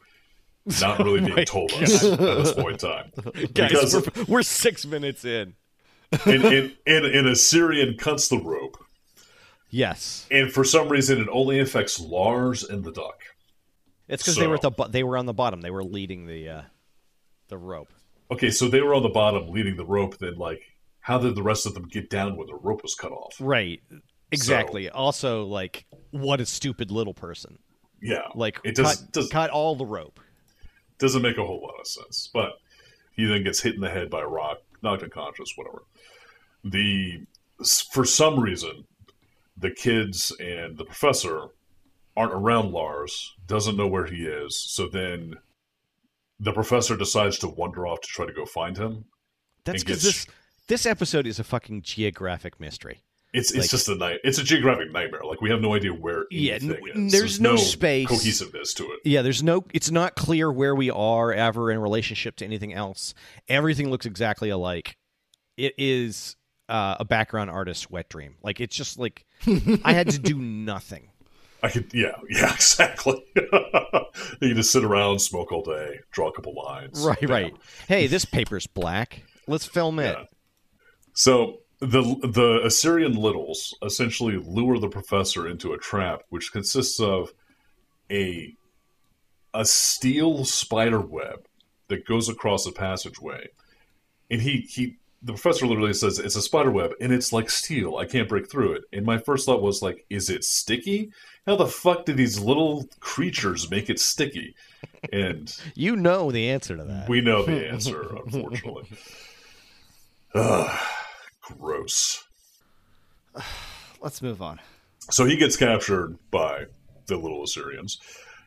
[SPEAKER 1] not really being told us at this point in time.
[SPEAKER 5] Oh Guys,
[SPEAKER 1] Because-
[SPEAKER 5] we're, we're six minutes in.
[SPEAKER 1] and, and, and, and a Syrian cuts the rope.
[SPEAKER 5] Yes,
[SPEAKER 1] And for some reason, it only affects Lars and the duck.
[SPEAKER 5] it's because they were at
[SPEAKER 1] So-
[SPEAKER 5] the bo- they were on the bottom. They were leading the uh, the rope.
[SPEAKER 1] Okay, so they were on the bottom leading the rope. Then, like, how did the rest of them get down when the rope was cut off?
[SPEAKER 5] Right. Exactly. Also, like, what a stupid little person.
[SPEAKER 1] Yeah,
[SPEAKER 5] Like,
[SPEAKER 1] it does,
[SPEAKER 5] cut,
[SPEAKER 1] does
[SPEAKER 5] cut all the rope.
[SPEAKER 1] doesn't make a whole lot of sense. But he then gets hit in the head by a rock, knocked unconscious, whatever. The for some reason, the kids and the professor aren't around Lars, doesn't know where he is. So then the professor decides to wander off to try to go find him.
[SPEAKER 5] That's
[SPEAKER 1] It
[SPEAKER 5] because
[SPEAKER 1] gets-
[SPEAKER 5] this this episode is a fucking geographic mystery.
[SPEAKER 1] It's it's
[SPEAKER 5] Like-
[SPEAKER 1] just a night. It's a geographic nightmare. Like we have no idea where
[SPEAKER 5] Yeah,
[SPEAKER 1] anything
[SPEAKER 5] n-
[SPEAKER 1] is.
[SPEAKER 5] there's no space.
[SPEAKER 1] cohesiveness to it.
[SPEAKER 5] Yeah, there's no. It's not clear where we are ever in relationship to anything else. Everything looks exactly alike. It is uh, a background artist's wet dream. Like it's just like I had to do nothing.
[SPEAKER 1] I could, yeah, yeah, exactly. you can just sit around, smoke all day, draw a couple lines.
[SPEAKER 5] Right, right. Hey, this paper's black. Let's film it.
[SPEAKER 1] Yeah. So the the Assyrian littles essentially lure the professor into a trap, which consists of a a steel spider web that goes across a passageway, and he he the professor literally says it's a spider web and it's like steel. I can't break through it. And my first thought was like, is it sticky? How the fuck did these little creatures make it sticky? And
[SPEAKER 5] You know the answer to that.
[SPEAKER 1] we know the answer, unfortunately. Ugh, gross.
[SPEAKER 3] Let's move on.
[SPEAKER 1] So he gets captured by the little Assyrians,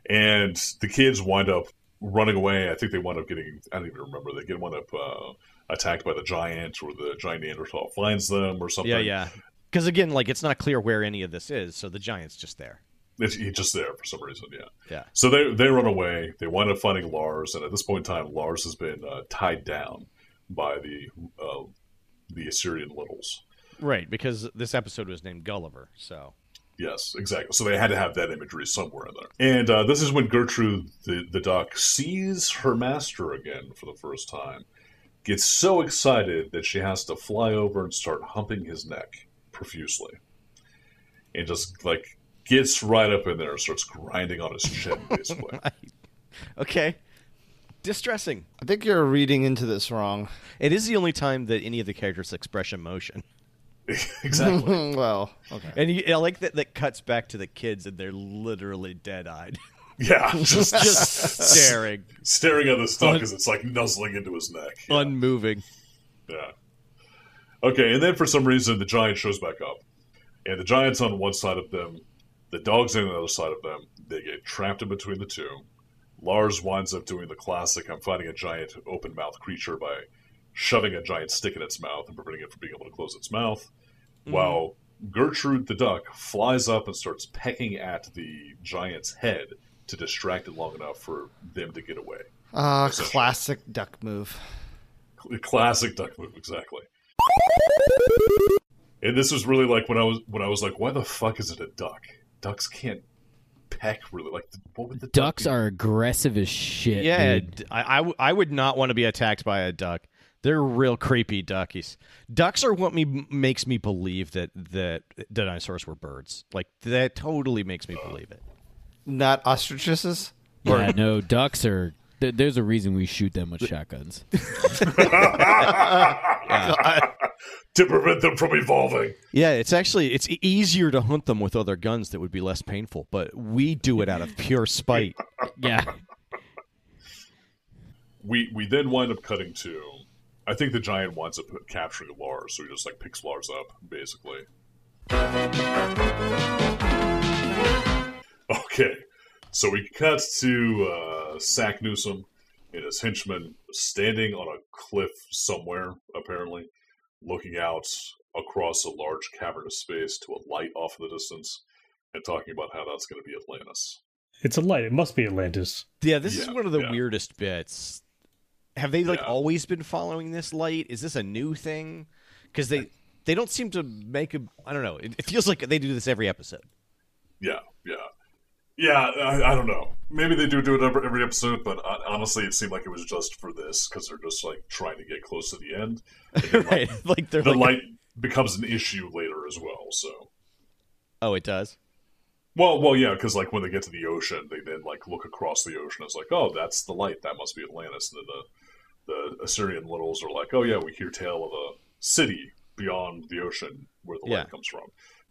[SPEAKER 1] and the kids wind up running away. I think they wind up getting, I don't even remember, they get wind up uh, attacked by the giant, or the giant Neanderthal finds them, or something.
[SPEAKER 5] Yeah, yeah. Because again, like it's not clear where any of this is, so the giant's just there.
[SPEAKER 1] It's, he's just there for some reason, yeah.
[SPEAKER 5] Yeah.
[SPEAKER 1] So they, they run away. They wind up finding Lars, and at this point in time, Lars has been uh, tied down by the uh, the Assyrian littles.
[SPEAKER 5] Right, because this episode was named Gulliver, so
[SPEAKER 1] Yes, exactly. So they had to have that imagery somewhere in there. And uh, this is when Gertrude, the, the doc, sees her master again for the first time, gets so excited that she has to fly over and start humping his neck profusely. And just like gets right up in there and starts grinding on his chin, basically.
[SPEAKER 5] Okay. Distressing.
[SPEAKER 3] I think you're reading into this wrong.
[SPEAKER 5] It is the only time that any of the characters express emotion.
[SPEAKER 1] exactly.
[SPEAKER 3] well, okay.
[SPEAKER 5] And you, I like that that cuts back to the kids and they're literally dead eyed.
[SPEAKER 1] Yeah, just,
[SPEAKER 5] Just
[SPEAKER 1] just
[SPEAKER 5] staring.
[SPEAKER 1] staring at this doc as it's like nuzzling into his neck. Yeah.
[SPEAKER 5] Unmoving.
[SPEAKER 1] Yeah. Okay, and then for some reason the giant shows back up. And the giant's on one side of them, the dog's on the other side of them. They get trapped in between the two. Lars winds up doing the classic I'm fighting a giant open mouth creature by shoving a giant stick in its mouth and preventing it from being able to close its mouth. While Gertrude the duck flies up and starts pecking at the giant's head to distract it long enough for them to get away.
[SPEAKER 3] Ah, classic duck move.
[SPEAKER 1] Cl- classic duck move exactly and this was really like when i was when i was like why the fuck is it a duck ducks can't peck really like what would the
[SPEAKER 4] Ducks
[SPEAKER 1] duck
[SPEAKER 4] are aggressive as shit.
[SPEAKER 5] Yeah,
[SPEAKER 4] dude.
[SPEAKER 5] d- I I w- I would not want to be attacked by a duck. They're real creepy duckies. Ducks are what me makes me believe that that dinosaurs were birds. Like that totally makes me believe it.
[SPEAKER 3] Not ostriches?
[SPEAKER 4] Yeah, no, ducks are. th- There's a reason we shoot them with shotguns.
[SPEAKER 1] to prevent them from evolving
[SPEAKER 5] Yeah, it's actually it's e- easier to hunt them with other guns that would be less painful, but we do it out of pure spite.
[SPEAKER 4] yeah,
[SPEAKER 1] we we then wind up cutting to i think the giant winds up capturing lars so he just like picks lars up basically okay so we cut to uh, sack newsom and his henchmen standing on a cliff somewhere apparently looking out across a large cavernous space to a light off in the distance and talking about how that's going to be atlantis
[SPEAKER 2] It's a light. It must be Atlantis.
[SPEAKER 5] Yeah, this is
[SPEAKER 1] Yeah,
[SPEAKER 5] one of the
[SPEAKER 1] yeah.
[SPEAKER 5] weirdest bits. Have they like
[SPEAKER 1] Yeah.
[SPEAKER 5] always been following this light? Is this a new thing? Because they they don't seem to make a. I don't know. It, it feels like they do this every episode.
[SPEAKER 1] Yeah, yeah, yeah. I, I don't know. Maybe they do do it every, every episode, but uh, honestly, it seemed like it was just for this because they're just like trying to get close to the end.
[SPEAKER 5] right? Like they're
[SPEAKER 1] The
[SPEAKER 5] like
[SPEAKER 1] light becomes an issue later as well. So
[SPEAKER 5] Oh, it does.
[SPEAKER 1] Well, well, yeah, because like when they get to the ocean, they then like look across the ocean. It's like, oh, that's the light. That must be Atlantis. And then the the Assyrian littles are like, oh yeah, we hear tale of a city beyond the ocean where the
[SPEAKER 5] Yeah.
[SPEAKER 1] light comes from.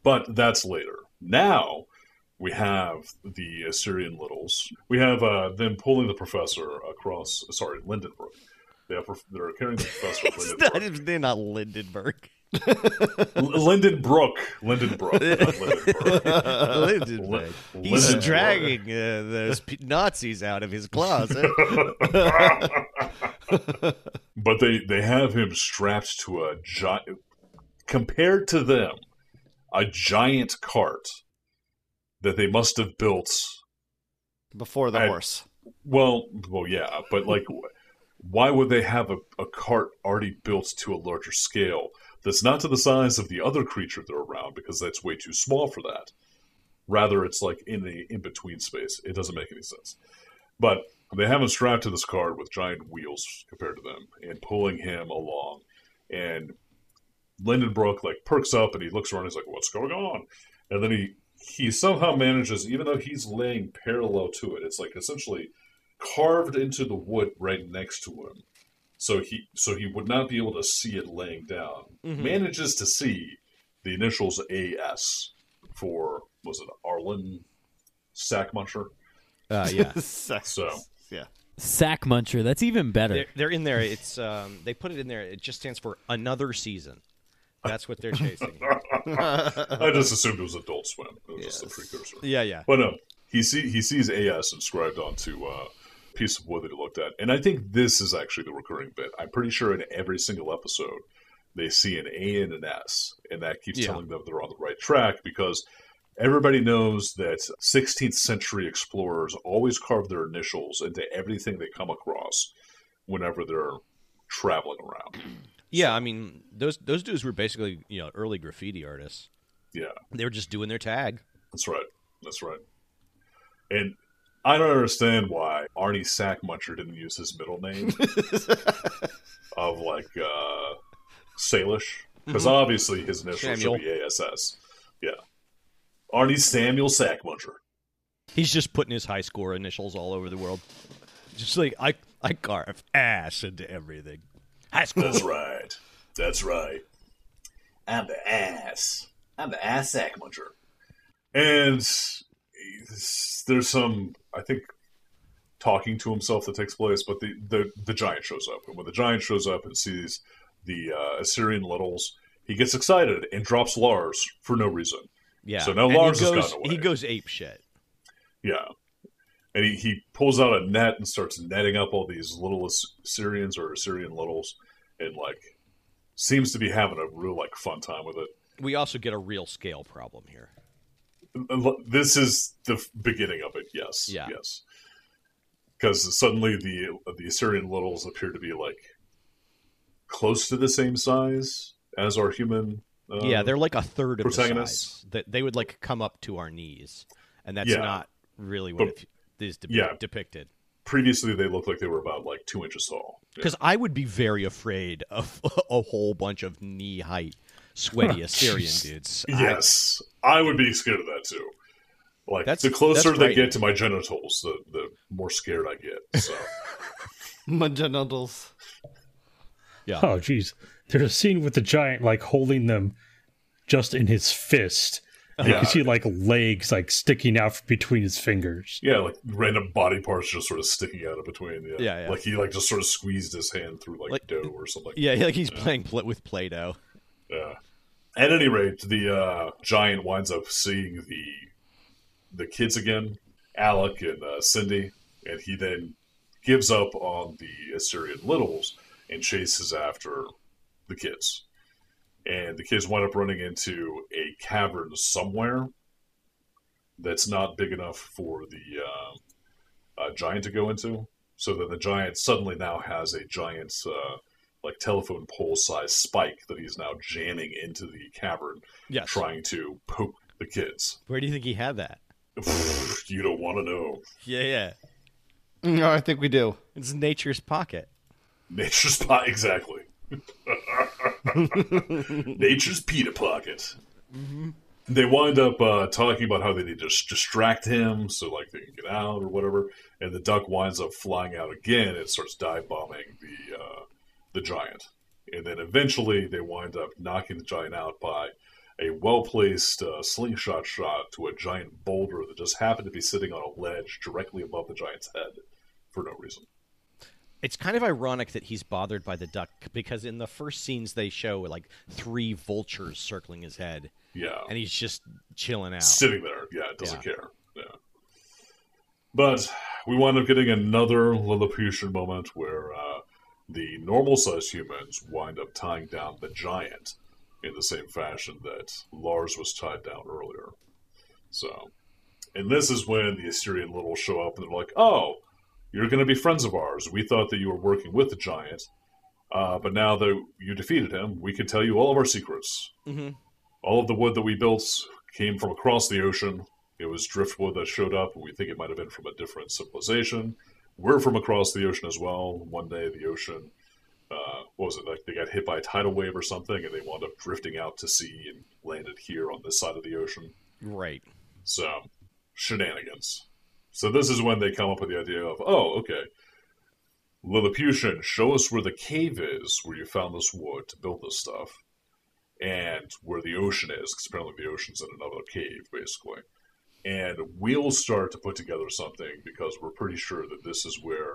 [SPEAKER 1] But that's later. Now we have the Assyrian littles. We have uh, them pulling the professor across. Sorry, Lindenbrook. They have, they're carrying the professor.
[SPEAKER 5] It's not, they're not Lindenberg.
[SPEAKER 1] Lindenbrook. Lindenbrook. not Lindenburg.
[SPEAKER 5] Lindenberg. He's
[SPEAKER 1] Uh, Lindenberg.
[SPEAKER 5] dragging uh, those p- Nazis out of his closet.
[SPEAKER 1] but they they have him strapped to a giant compared to them a giant cart that they must have built
[SPEAKER 3] before the
[SPEAKER 1] I-
[SPEAKER 3] horse.
[SPEAKER 1] well well yeah but like why would they have a, a cart already built to a larger scale that's not to the size of the other creature they're around because that's way too small for that rather it's like in the in-between space it doesn't make any sense but they have him strapped to this cart with giant wheels compared to them and pulling him along and lindenbrook like perks up and he looks around he's like what's going on and then he he somehow manages even though he's laying parallel to it it's like essentially carved into the wood right next to him so he so he would not be able to see it laying down manages to see the initials as for was it arlen sackmuncher
[SPEAKER 5] Uh, yeah.
[SPEAKER 1] so
[SPEAKER 3] yeah.
[SPEAKER 4] Sack Muncher. That's even better.
[SPEAKER 5] They're, they're in there. It's um, they put it in there. It just stands for another season. That's what they're chasing.
[SPEAKER 1] i just assumed it was adult swim it was just the precursor
[SPEAKER 5] yeah, yeah.
[SPEAKER 1] But no, he see he sees AS inscribed onto uh, a piece of wood that he looked at, and I think this is actually the recurring bit. I'm pretty sure in every single episode they see an A and an S, and that keeps
[SPEAKER 5] Yeah.
[SPEAKER 1] telling them they're on the right track because everybody knows that 16th century explorers always carve their initials into everything they come across whenever they're traveling around.
[SPEAKER 5] Yeah, I mean those those dudes were basically you know early graffiti artists.
[SPEAKER 1] Yeah.
[SPEAKER 5] They were just doing their tag.
[SPEAKER 1] That's right. That's right. And I don't understand why Arnie Sackmuncher didn't use his middle name of like uh, Salish, because obviously his initials
[SPEAKER 5] Samuel.
[SPEAKER 1] should be ASS. Yeah, Arnie Samuel Sackmuncher.
[SPEAKER 5] He's just putting his high score initials all over the world. Just like I I carve ass into everything. High school.
[SPEAKER 1] That's right. That's right. I'm the ass. I'm the ass sack muncher. And s- there's some, I think, talking to himself that takes place, but the, the, the giant shows up. And when the giant shows up and sees the uh, Assyrian littles, he gets excited and drops Lars for no reason.
[SPEAKER 5] yeah.
[SPEAKER 1] So now
[SPEAKER 5] And he
[SPEAKER 1] Lars has
[SPEAKER 5] goes-
[SPEAKER 1] gotten away.
[SPEAKER 5] He goes ape shit.
[SPEAKER 1] Yeah. And he, he pulls out a net and starts netting up all these little As- Assyrians or Assyrian littles and like seems to be having a real like fun time with it.
[SPEAKER 5] We also get a real scale problem here.
[SPEAKER 1] This is the f- beginning of it. Yes.
[SPEAKER 5] Yeah.
[SPEAKER 1] Yes. Because suddenly the the Assyrian littles appear to be like close to the same size as our human. Uh,
[SPEAKER 5] yeah, they're like a third of the
[SPEAKER 1] protagonists.
[SPEAKER 5] size. That they would like come up to our knees, and that's
[SPEAKER 1] Yeah.
[SPEAKER 5] not really what
[SPEAKER 1] But-
[SPEAKER 5] it is de-
[SPEAKER 1] yeah.
[SPEAKER 5] depicted.
[SPEAKER 1] previously they looked like they were about like two inches tall.
[SPEAKER 5] Because I would be very afraid of a whole bunch of knee height, sweaty Assyrian dudes. I-
[SPEAKER 1] Yes, I would be scared of that too. Like
[SPEAKER 5] That's-
[SPEAKER 1] the closer
[SPEAKER 5] that's
[SPEAKER 1] they
[SPEAKER 5] frightening.
[SPEAKER 1] get to my genitals, the the more scared I get. So
[SPEAKER 3] My genitals.
[SPEAKER 2] Oh, geez. There's a scene with the giant like holding them just in his fist. And You
[SPEAKER 1] Yeah.
[SPEAKER 2] can see like legs like sticking out from between his fingers.
[SPEAKER 1] yeah, like random body parts just sort of sticking out of between. Yeah,
[SPEAKER 5] Yeah, yeah.
[SPEAKER 1] like he like just sort of squeezed his hand through like,
[SPEAKER 5] Like-
[SPEAKER 1] dough or something.
[SPEAKER 5] yeah, like he's playing pl- with Play-Doh.
[SPEAKER 1] Yeah. At any rate, the uh, giant winds up seeing the the kids again, Alec and uh, Cindy, and he then gives up on the Assyrian littles and chases after the kids. And the kids wind up running into a cavern somewhere that's not big enough for the uh, uh, giant to go into. So then the giant suddenly now has a giant uh, like telephone pole sized spike that he's now jamming into the cavern,
[SPEAKER 5] Yes.
[SPEAKER 1] trying to poke the kids.
[SPEAKER 5] Where do you think he had that?
[SPEAKER 1] Pfft, you don't want to know.
[SPEAKER 5] Yeah, yeah.
[SPEAKER 3] No, I think we do.
[SPEAKER 5] It's nature's pocket.
[SPEAKER 1] Nature's pot, exactly. Nature's pita pocket. they wind up uh, talking about how they need to s- distract him so like they can get out or whatever and the duck winds up flying out again and starts dive bombing the uh, the giant and then eventually they wind up knocking the giant out by a well placed uh, slingshot shot to a giant boulder that just happened to be sitting on a ledge directly above the giant's head for no reason
[SPEAKER 5] It's kind of ironic that he's bothered by the duck because in the first scenes they show like three vultures circling his head,
[SPEAKER 1] yeah
[SPEAKER 5] and he's just chilling out.
[SPEAKER 1] sitting there. Yeah, it doesn't care. Yeah. But we wind up getting another Lilliputian moment where uh, the normal sized humans wind up tying down the giant in the same fashion that Lars was tied down earlier. So, and this is when the Assyrian little show up and they're like, oh, you're going to be friends of ours. We thought that you were working with the giant. Uh, but now that you defeated him, we can tell you all of our secrets. All of the wood that we built came from across the ocean. It was driftwood that showed up, and we think it might have been from a different civilization. We're from across the ocean as well. One day, the ocean, uh, what was it, like they got hit by a tidal wave or something, and they wound up drifting out to sea and landed here on this side of the ocean.
[SPEAKER 5] Right.
[SPEAKER 1] So, shenanigans. So, this is when they come up with the idea of, oh, okay, Lilliputian, show us where the cave is where you found this wood to build this stuff, and where the ocean is, because apparently the ocean's in another cave, basically. And we'll start to put together something because we're pretty sure that this is where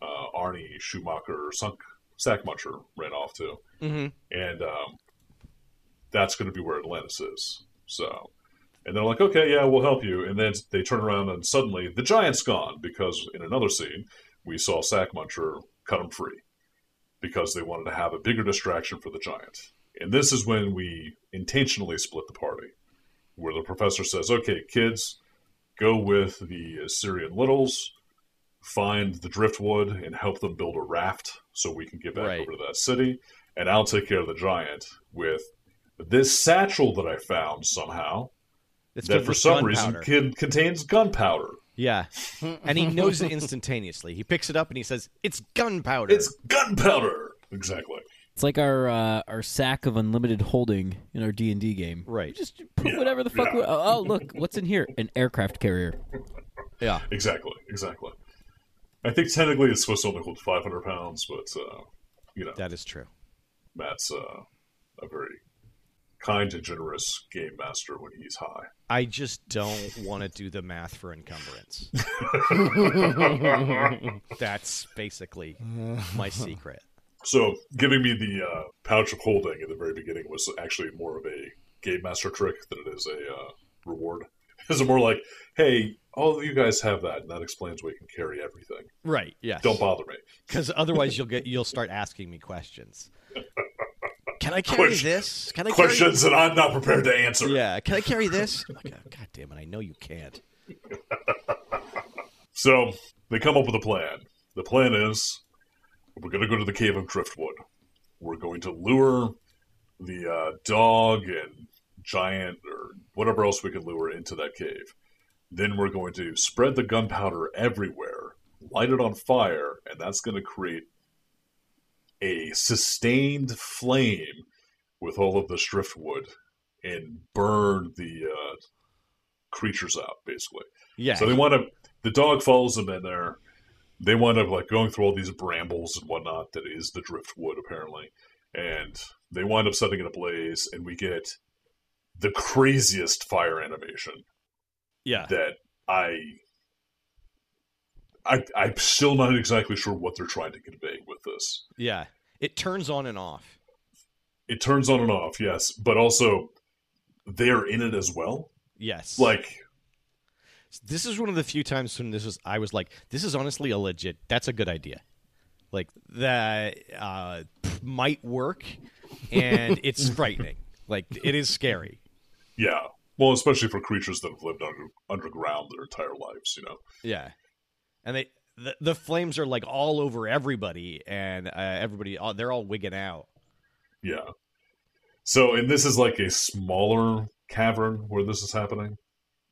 [SPEAKER 1] uh, Arnie Schumacher, Sunk, Sackmuncher, ran off to. And um, that's going to be where Atlantis is. So. And they're like, okay, yeah, we'll help you. And then they turn around and suddenly the giant's gone because in another scene we saw Sackmuncher cut him free because they wanted to have a bigger distraction for the giant. And this is when we intentionally split the party, where the professor says, okay, kids, go with the Assyrian littles, find the driftwood, and help them build a raft so we can get back
[SPEAKER 5] Right.
[SPEAKER 1] over to that city. And I'll take care of the giant with this satchel that I found somehow
[SPEAKER 5] That's
[SPEAKER 1] that
[SPEAKER 5] good
[SPEAKER 1] for
[SPEAKER 5] with
[SPEAKER 1] some reason
[SPEAKER 5] gunpowder.
[SPEAKER 1] can, contains gunpowder.
[SPEAKER 5] Yeah. And he knows it instantaneously. He picks it up and he says, It's gunpowder.
[SPEAKER 1] It's gunpowder! Exactly.
[SPEAKER 4] It's like our uh, our sack of unlimited holding in our D and D game.
[SPEAKER 5] Right.
[SPEAKER 4] You just put whatever the fuck.
[SPEAKER 1] yeah.
[SPEAKER 4] we- oh, oh, look, what's in here? An aircraft carrier.
[SPEAKER 5] yeah.
[SPEAKER 1] Exactly, exactly. I think technically it's supposed to only hold 500 pounds, but, uh, you know,
[SPEAKER 5] That is true.
[SPEAKER 1] Matt's uh, a very kind and generous game master when he's high.
[SPEAKER 5] I just don't want to do the math for encumbrance. That's basically my secret.
[SPEAKER 1] So giving me the uh, pouch of holding at the very beginning was actually more of a game master trick than it is a uh, reward. It's more like, hey, all of you guys have that, and that explains why you can carry everything.
[SPEAKER 5] Right. Yes.
[SPEAKER 1] Don't bother me.
[SPEAKER 5] Because otherwise you'll get you'll start asking me questions. Can I carry
[SPEAKER 1] Question-
[SPEAKER 5] this? Can I carry
[SPEAKER 1] Questions that I'm not prepared to answer.
[SPEAKER 5] Yeah. Can I carry this? Okay, God damn it! I know you can't.
[SPEAKER 1] So they come up with a plan. The plan is we're going to go to the cave of driftwood. We're going to lure the uh, dog and giant or whatever else we can lure into that cave. Then we're going to spread the gunpowder everywhere, light it on fire, and that's going to create a sustained flame with all of this driftwood and burn the uh, creatures out, basically.
[SPEAKER 5] Yeah.
[SPEAKER 1] So they want to. The dog follows them in there. They wind up like going through all these brambles and whatnot that is the driftwood apparently, and they wind up setting it ablaze, and we get the craziest fire animation
[SPEAKER 5] yeah.
[SPEAKER 1] that I. I, I'm still not exactly sure what they're trying to convey with this.
[SPEAKER 5] Yeah. It turns on and off.
[SPEAKER 1] It turns on and off, yes, but also they're in it as well.
[SPEAKER 5] Yes.
[SPEAKER 1] Like,
[SPEAKER 5] this is one of the few times when this was I was like, this is honestly a legit. That's a good idea. Like that uh, might work, and it's frightening. Like it is scary.
[SPEAKER 1] yeah. Well, especially for creatures that have lived under, underground their entire lives, you know?
[SPEAKER 5] Yeah, and they the, the flames are like all over everybody, and uh, everybody all, they're all wigging out.
[SPEAKER 1] Yeah. So, and this is like a smaller cavern where this is happening,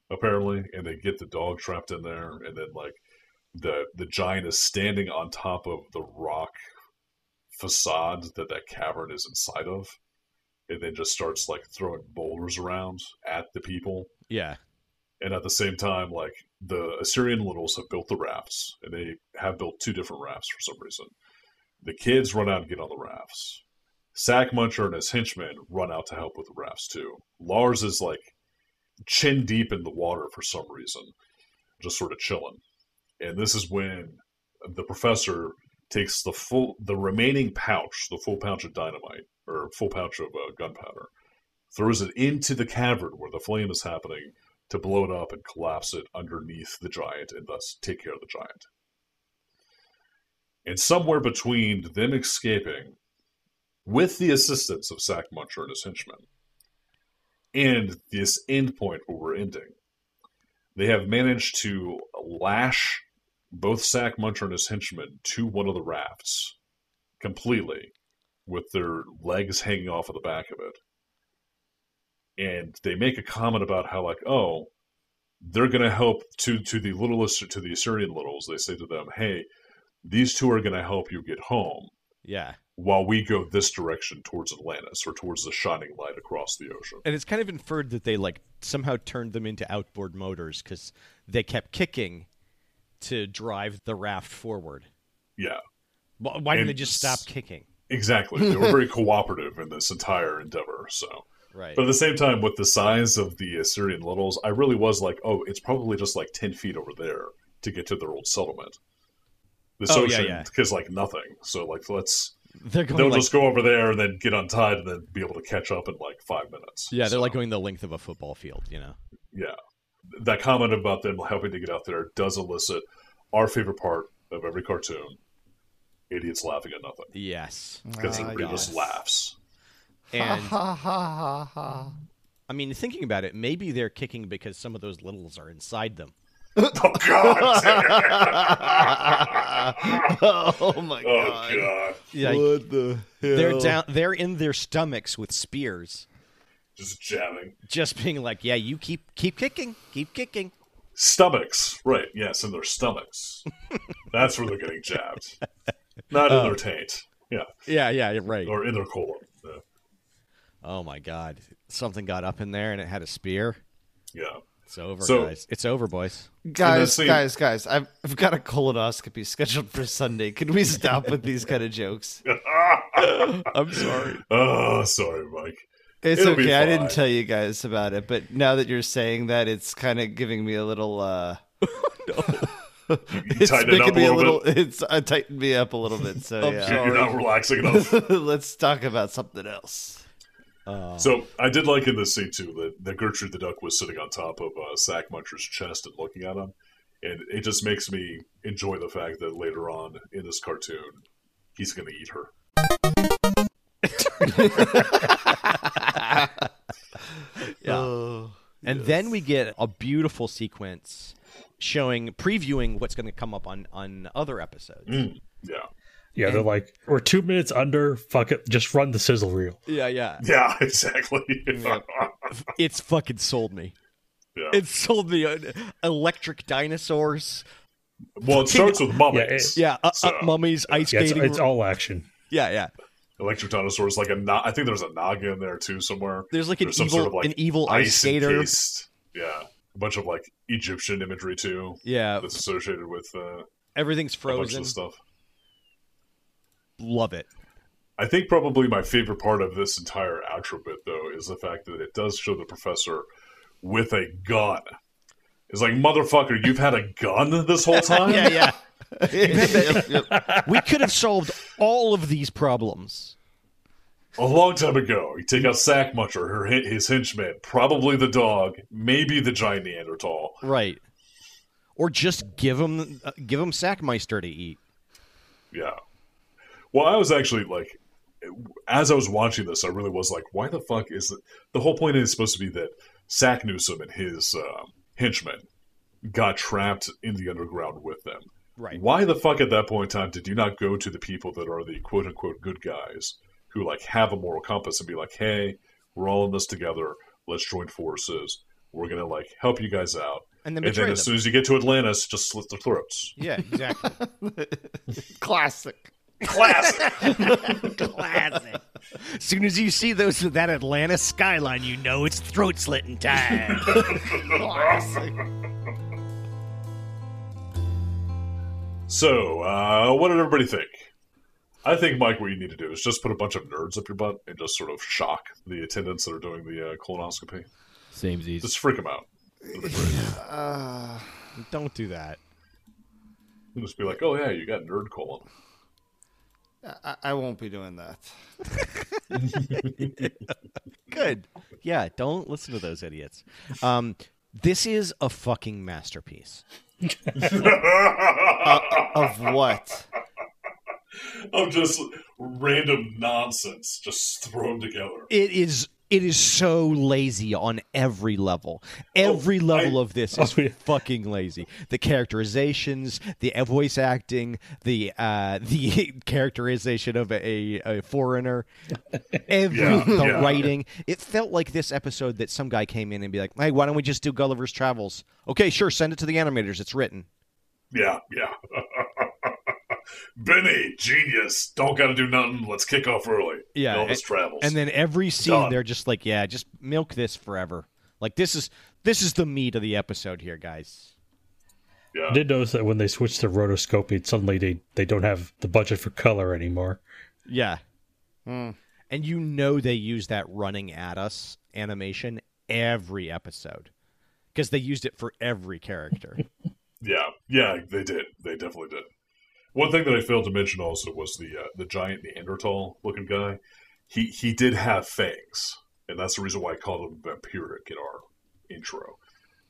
[SPEAKER 1] apparently, and they get the dog trapped in there, and then like the the giant is standing on top of the rock facade that that cavern is inside of, and then just starts like throwing boulders around at the people.
[SPEAKER 5] Yeah.
[SPEAKER 1] And at the same time, like the Assyrian littles have built the rafts, and they have built two different rafts for some reason. The kids run out and get on the rafts. Sack Muncher and his henchmen run out to help with the rafts too. Lars is like chin deep in the water for some reason, just sort of chilling. And this is when the professor takes the full, the remaining pouch, the full pouch of dynamite or full pouch of uh, gunpowder, throws it into the cavern where the flame is happening to blow it up and collapse it underneath the giant and thus take care of the giant. And somewhere between them escaping, with the assistance of Sack Muncher and his henchmen, and this end point where we're ending, they have managed to lash both Sack Muncher and his henchmen to one of the rafts completely with their legs hanging off of the back of it and they make a comment about how like oh they're going to help to to the littlest to the assyrian littles they say to them hey these two are going to help you get home
[SPEAKER 5] Yeah.
[SPEAKER 1] while we go this direction towards atlantis or towards the shining light across the ocean
[SPEAKER 5] And it's kind of inferred that they like somehow turned them into outboard motors because they kept kicking to drive the raft forward.
[SPEAKER 1] yeah
[SPEAKER 5] Wh- Why didn't they
[SPEAKER 1] And
[SPEAKER 5] just
[SPEAKER 1] s-
[SPEAKER 5] stop kicking?
[SPEAKER 1] exactly they were very cooperative in this entire endeavor so
[SPEAKER 5] Right.
[SPEAKER 1] but at the same time with the size of the assyrian littles i really was like oh it's probably just like 10 feet over there to get to their old settlement this
[SPEAKER 5] Oh, yeah,
[SPEAKER 1] ocean
[SPEAKER 5] yeah.
[SPEAKER 1] is like nothing so like let's
[SPEAKER 5] They're going
[SPEAKER 1] they'll
[SPEAKER 5] like,
[SPEAKER 1] just go over there and then get untied and then be able to catch up in like five minutes.
[SPEAKER 5] yeah, they're
[SPEAKER 1] So,
[SPEAKER 5] like going the length of a football field, you know.
[SPEAKER 1] yeah. That comment about them helping to get out there does elicit our favorite part of every cartoon: idiots laughing at nothing
[SPEAKER 5] Yes.
[SPEAKER 3] Ah,
[SPEAKER 1] because everybody just laughs.
[SPEAKER 5] And
[SPEAKER 3] Ha ha ha ha.
[SPEAKER 5] I mean, thinking about it, maybe they're kicking because some of those littles are inside them.
[SPEAKER 1] Oh God!
[SPEAKER 3] oh my
[SPEAKER 1] oh
[SPEAKER 3] god.
[SPEAKER 1] God!
[SPEAKER 5] Yeah,
[SPEAKER 3] What the hell?
[SPEAKER 5] they're down. They're in their stomachs with spears,
[SPEAKER 1] Just jabbing
[SPEAKER 5] just being like, "Yeah, you keep keep kicking, keep kicking."
[SPEAKER 1] stomachs, right? Yes, in their stomachs. That's where they're getting jabbed, not
[SPEAKER 3] Uh.
[SPEAKER 1] in their taint. Yeah,
[SPEAKER 5] Yeah, yeah, right.
[SPEAKER 1] or in their colon. Yeah.
[SPEAKER 5] Oh my god, something got up in there and it had a spear.
[SPEAKER 1] yeah.
[SPEAKER 5] It's over,
[SPEAKER 1] So-
[SPEAKER 5] guys. It's over, boys.
[SPEAKER 1] that
[SPEAKER 3] Guys,
[SPEAKER 1] scene-
[SPEAKER 3] guys, guys, I've, I've got a colonoscopy scheduled for Sunday. Can we stop with these kind of jokes?
[SPEAKER 5] I'm sorry.
[SPEAKER 1] Oh, sorry, Mike.
[SPEAKER 3] It's
[SPEAKER 1] It'll be
[SPEAKER 3] okay. I
[SPEAKER 1] fine.
[SPEAKER 3] didn't tell you guys about it, but now that you're saying that, it's kind of giving me a little. uh It's
[SPEAKER 1] tighten it up
[SPEAKER 3] making
[SPEAKER 1] a
[SPEAKER 3] me a
[SPEAKER 1] little Oh,
[SPEAKER 3] little. It's uh, tightened me up a little bit. So yeah,
[SPEAKER 1] You're not relaxing enough.
[SPEAKER 3] let's talk about something else.
[SPEAKER 1] So I did like in this scene too that, that Gertrude the Duck was sitting on top of uh, Sack Muncher's chest and looking at him, and it just makes me enjoy the fact that later on in this cartoon, he's going to eat her.
[SPEAKER 3] Oh.
[SPEAKER 5] And then we get a beautiful sequence showing previewing what's going to come up on on other episodes.
[SPEAKER 1] Yeah,
[SPEAKER 2] Yeah, they're like, we're two minutes under. Fuck it, just run the sizzle reel.
[SPEAKER 5] Yeah, yeah.
[SPEAKER 1] yeah, exactly.
[SPEAKER 5] It's fucking sold me.
[SPEAKER 1] Yeah.
[SPEAKER 5] It sold me on electric dinosaurs.
[SPEAKER 1] well, it starts with mummies.
[SPEAKER 5] Yeah, uh,
[SPEAKER 1] So-
[SPEAKER 5] uh, mummies, ice
[SPEAKER 2] Yeah, it's,
[SPEAKER 5] skating.
[SPEAKER 2] it's all action.
[SPEAKER 5] yeah, yeah.
[SPEAKER 1] Electric dinosaurs, like a no- I think there's a naga in there too somewhere.
[SPEAKER 5] There's like an evil, an evil ice, skater.
[SPEAKER 1] encased- Yeah, a bunch of like Egyptian imagery too
[SPEAKER 5] Yeah,
[SPEAKER 1] that's associated with uh,
[SPEAKER 5] everything's
[SPEAKER 1] a bunch of
[SPEAKER 5] frozen.
[SPEAKER 1] this stuff.
[SPEAKER 5] Love it.
[SPEAKER 1] I think probably my favorite part of this entire outro bit, though, is the fact that it does show the professor with a gun. It's like, motherfucker, you've had a gun this whole time?
[SPEAKER 5] Yeah, yeah.
[SPEAKER 3] Yep, yep.
[SPEAKER 5] we could have solved all of these problems.
[SPEAKER 1] A long time ago, you take out Sack Muncher, her, his henchman, probably the dog, maybe the giant Neanderthal.
[SPEAKER 5] Right. Or just give them uh, give them Sackmeister to eat.
[SPEAKER 1] Yeah. Well, I was actually like, as I was watching this, I really was like, why the fuck is it? The whole point is supposed to be that Sack Newsom and his um henchmen got trapped in the underground with them.
[SPEAKER 5] Right.
[SPEAKER 1] Why the fuck at that point in time did you not go to the people that are the quote unquote good guys who like have a moral compass and be like, hey, we're all in this together. Let's join forces. We're going to like help you guys out.
[SPEAKER 5] And then
[SPEAKER 1] And
[SPEAKER 5] betray
[SPEAKER 1] then
[SPEAKER 5] them.
[SPEAKER 1] as soon as you get to Atlantis, just slit their throats.
[SPEAKER 5] yeah, exactly.
[SPEAKER 3] Classic.
[SPEAKER 1] Classic.
[SPEAKER 5] Classic.
[SPEAKER 8] As soon as you see those that Atlanta skyline, you know it's throat slitting time.
[SPEAKER 1] So, uh, what did everybody think? I think, Mike, what you need to do is just put a bunch of nerds up your butt and just sort of shock the attendants that are doing the uh, colonoscopy.
[SPEAKER 4] Same Z's.
[SPEAKER 1] Just freak them out. It'll be great.
[SPEAKER 5] Don't do that.
[SPEAKER 1] Just be like, oh, yeah, you got nerd colon.
[SPEAKER 3] I, I won't be doing that.
[SPEAKER 5] Good. Yeah, don't listen to those idiots. Um, this is a fucking masterpiece.
[SPEAKER 3] Of what?
[SPEAKER 1] Of Oh, just random nonsense just thrown together.
[SPEAKER 5] It is it is so lazy on every level.
[SPEAKER 1] Oh,
[SPEAKER 5] Every level of this is
[SPEAKER 2] Oh, yeah.
[SPEAKER 5] fucking lazy. The characterizations, the uh, voice acting, the uh, the characterization of a, a foreigner, every
[SPEAKER 1] Yeah,
[SPEAKER 5] the
[SPEAKER 1] yeah.
[SPEAKER 5] writing. It felt like this episode that some guy came in and be like, "Hey, why don't we just do Gulliver's Travels?" Okay, sure, send it to the animators. It's written.
[SPEAKER 1] Yeah, yeah. Benny, genius. Don't got to do nothing. Let's kick off early.
[SPEAKER 5] Yeah,
[SPEAKER 1] Elvis
[SPEAKER 5] and-
[SPEAKER 1] travels.
[SPEAKER 5] And then every scene,
[SPEAKER 1] Done.
[SPEAKER 5] they're just like, "Yeah, just milk this forever." Like this is this is the meat of the episode here, guys.
[SPEAKER 1] yeah.
[SPEAKER 2] I did notice that when they switched to rotoscoping, suddenly they, they don't have the budget for color anymore.
[SPEAKER 5] Yeah. Hmm. And you know they use that running at us animation every episode because they used it for every character.
[SPEAKER 1] Yeah, yeah, they did. They definitely did. One thing that I failed to mention also was the uh, the giant Neanderthal looking guy. He he did have fangs, and that's the reason why I called him vampiric in our intro.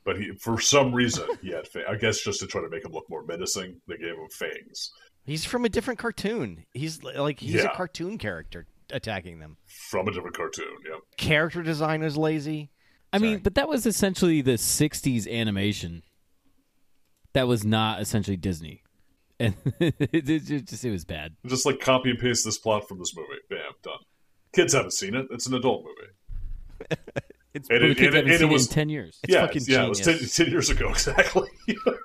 [SPEAKER 1] But he, for some reason, he had fangs. I guess just to try to make him look more menacing, they gave him fangs.
[SPEAKER 5] he's from a different cartoon. He's li- like he's
[SPEAKER 1] Yeah.
[SPEAKER 5] a cartoon character attacking them.
[SPEAKER 1] From a different cartoon, yeah.
[SPEAKER 5] Character design is lazy.
[SPEAKER 4] I mean, but that was essentially the '60s animation. That was not essentially Disney, and it, it just it was bad.
[SPEAKER 1] Just like copy and paste this plot from this movie. Bam, done. Kids haven't seen it. It's an adult movie.
[SPEAKER 5] It's
[SPEAKER 1] And
[SPEAKER 4] But the
[SPEAKER 1] it- and it-
[SPEAKER 4] kids haven't
[SPEAKER 1] and it
[SPEAKER 4] seen
[SPEAKER 1] was
[SPEAKER 4] it in ten years.
[SPEAKER 5] It's
[SPEAKER 1] yeah,
[SPEAKER 5] fucking
[SPEAKER 1] yeah, it was 10,
[SPEAKER 5] genius.
[SPEAKER 1] 10 years ago exactly.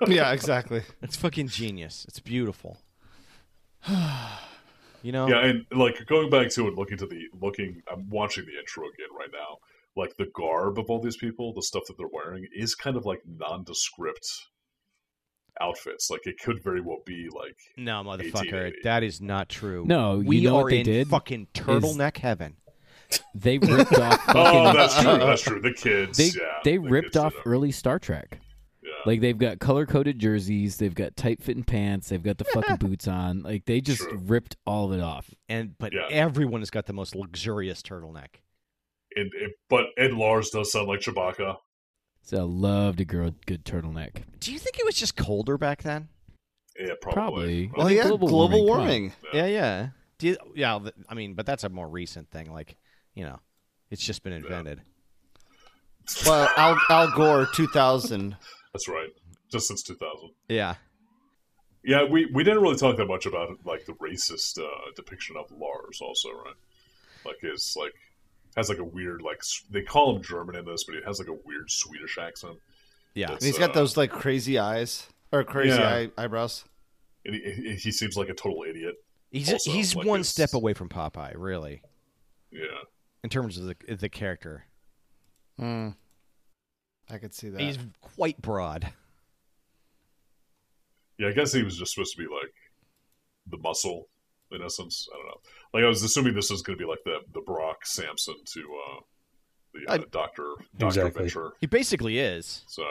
[SPEAKER 3] Yeah, exactly.
[SPEAKER 5] It's fucking genius. It's beautiful. you know?
[SPEAKER 1] Yeah, and like going back to it, looking to the looking, I'm watching the intro again right now. Like the garb of all these people, the stuff that they're wearing is kind of like nondescript outfits. Like it could very well be like
[SPEAKER 5] No, motherfucker,
[SPEAKER 1] 1880.
[SPEAKER 5] that is not true.
[SPEAKER 4] No, you
[SPEAKER 5] we
[SPEAKER 4] know
[SPEAKER 5] are
[SPEAKER 4] what they
[SPEAKER 5] in
[SPEAKER 4] did?
[SPEAKER 5] fucking turtleneck heaven.
[SPEAKER 4] They ripped off.
[SPEAKER 1] oh,
[SPEAKER 4] Fucking,
[SPEAKER 1] that's true, that's true. The kids,
[SPEAKER 4] they
[SPEAKER 1] yeah,
[SPEAKER 4] they
[SPEAKER 1] the
[SPEAKER 4] ripped
[SPEAKER 1] kids did
[SPEAKER 4] off
[SPEAKER 1] that.
[SPEAKER 4] early Star Trek.
[SPEAKER 1] Yeah.
[SPEAKER 4] Like they've got color coded jerseys, they've got tight fitting pants, they've got the fucking boots on. Like they just
[SPEAKER 1] True.
[SPEAKER 4] ripped all of it off.
[SPEAKER 5] and but
[SPEAKER 1] Yeah.
[SPEAKER 5] everyone has got the most luxurious turtleneck.
[SPEAKER 1] And, and- but Ed Lars does sound like Chewbacca.
[SPEAKER 4] So I loved a girl good turtleneck.
[SPEAKER 5] Do you think it was just colder back then?
[SPEAKER 1] Yeah, probably.
[SPEAKER 4] Probably.
[SPEAKER 5] Oh,
[SPEAKER 3] Well,
[SPEAKER 4] I mean,
[SPEAKER 3] Oh, yeah, global, warming.
[SPEAKER 4] come on.
[SPEAKER 5] Yeah, yeah. Do you, yeah, th- I mean, but that's a more recent thing. Like, you know, it's just been invented.
[SPEAKER 3] Well, Al, Al Gore, 2000.
[SPEAKER 1] That's right. Just since 2000.
[SPEAKER 5] Yeah.
[SPEAKER 1] Yeah, we, we didn't really talk that much about like the racist uh, depiction of Lars, also, right? Like his like has like a weird like s- they call him German in this, but he has like a weird Swedish accent.
[SPEAKER 5] Yeah.
[SPEAKER 1] That's-
[SPEAKER 3] And he's got those like crazy eyes or crazy
[SPEAKER 1] Yeah.
[SPEAKER 3] eye, eyebrows.
[SPEAKER 1] And he, he- he seems like a total idiot.
[SPEAKER 5] He's
[SPEAKER 1] also,
[SPEAKER 5] he's
[SPEAKER 1] like,
[SPEAKER 5] one
[SPEAKER 1] it's-
[SPEAKER 5] step away from Popeye, really,
[SPEAKER 1] Yeah,
[SPEAKER 5] in terms of the the character.
[SPEAKER 3] Mm. I could see that.
[SPEAKER 5] He's quite broad.
[SPEAKER 1] yeah. I guess he was just supposed to be like the muscle in essence. I don't know. Like I was assuming this is going to be like the the Brock Samson to uh, the uh,
[SPEAKER 5] I-
[SPEAKER 1] Doctor Doctor
[SPEAKER 2] Exactly.
[SPEAKER 1] Venture.
[SPEAKER 5] He basically is.
[SPEAKER 1] So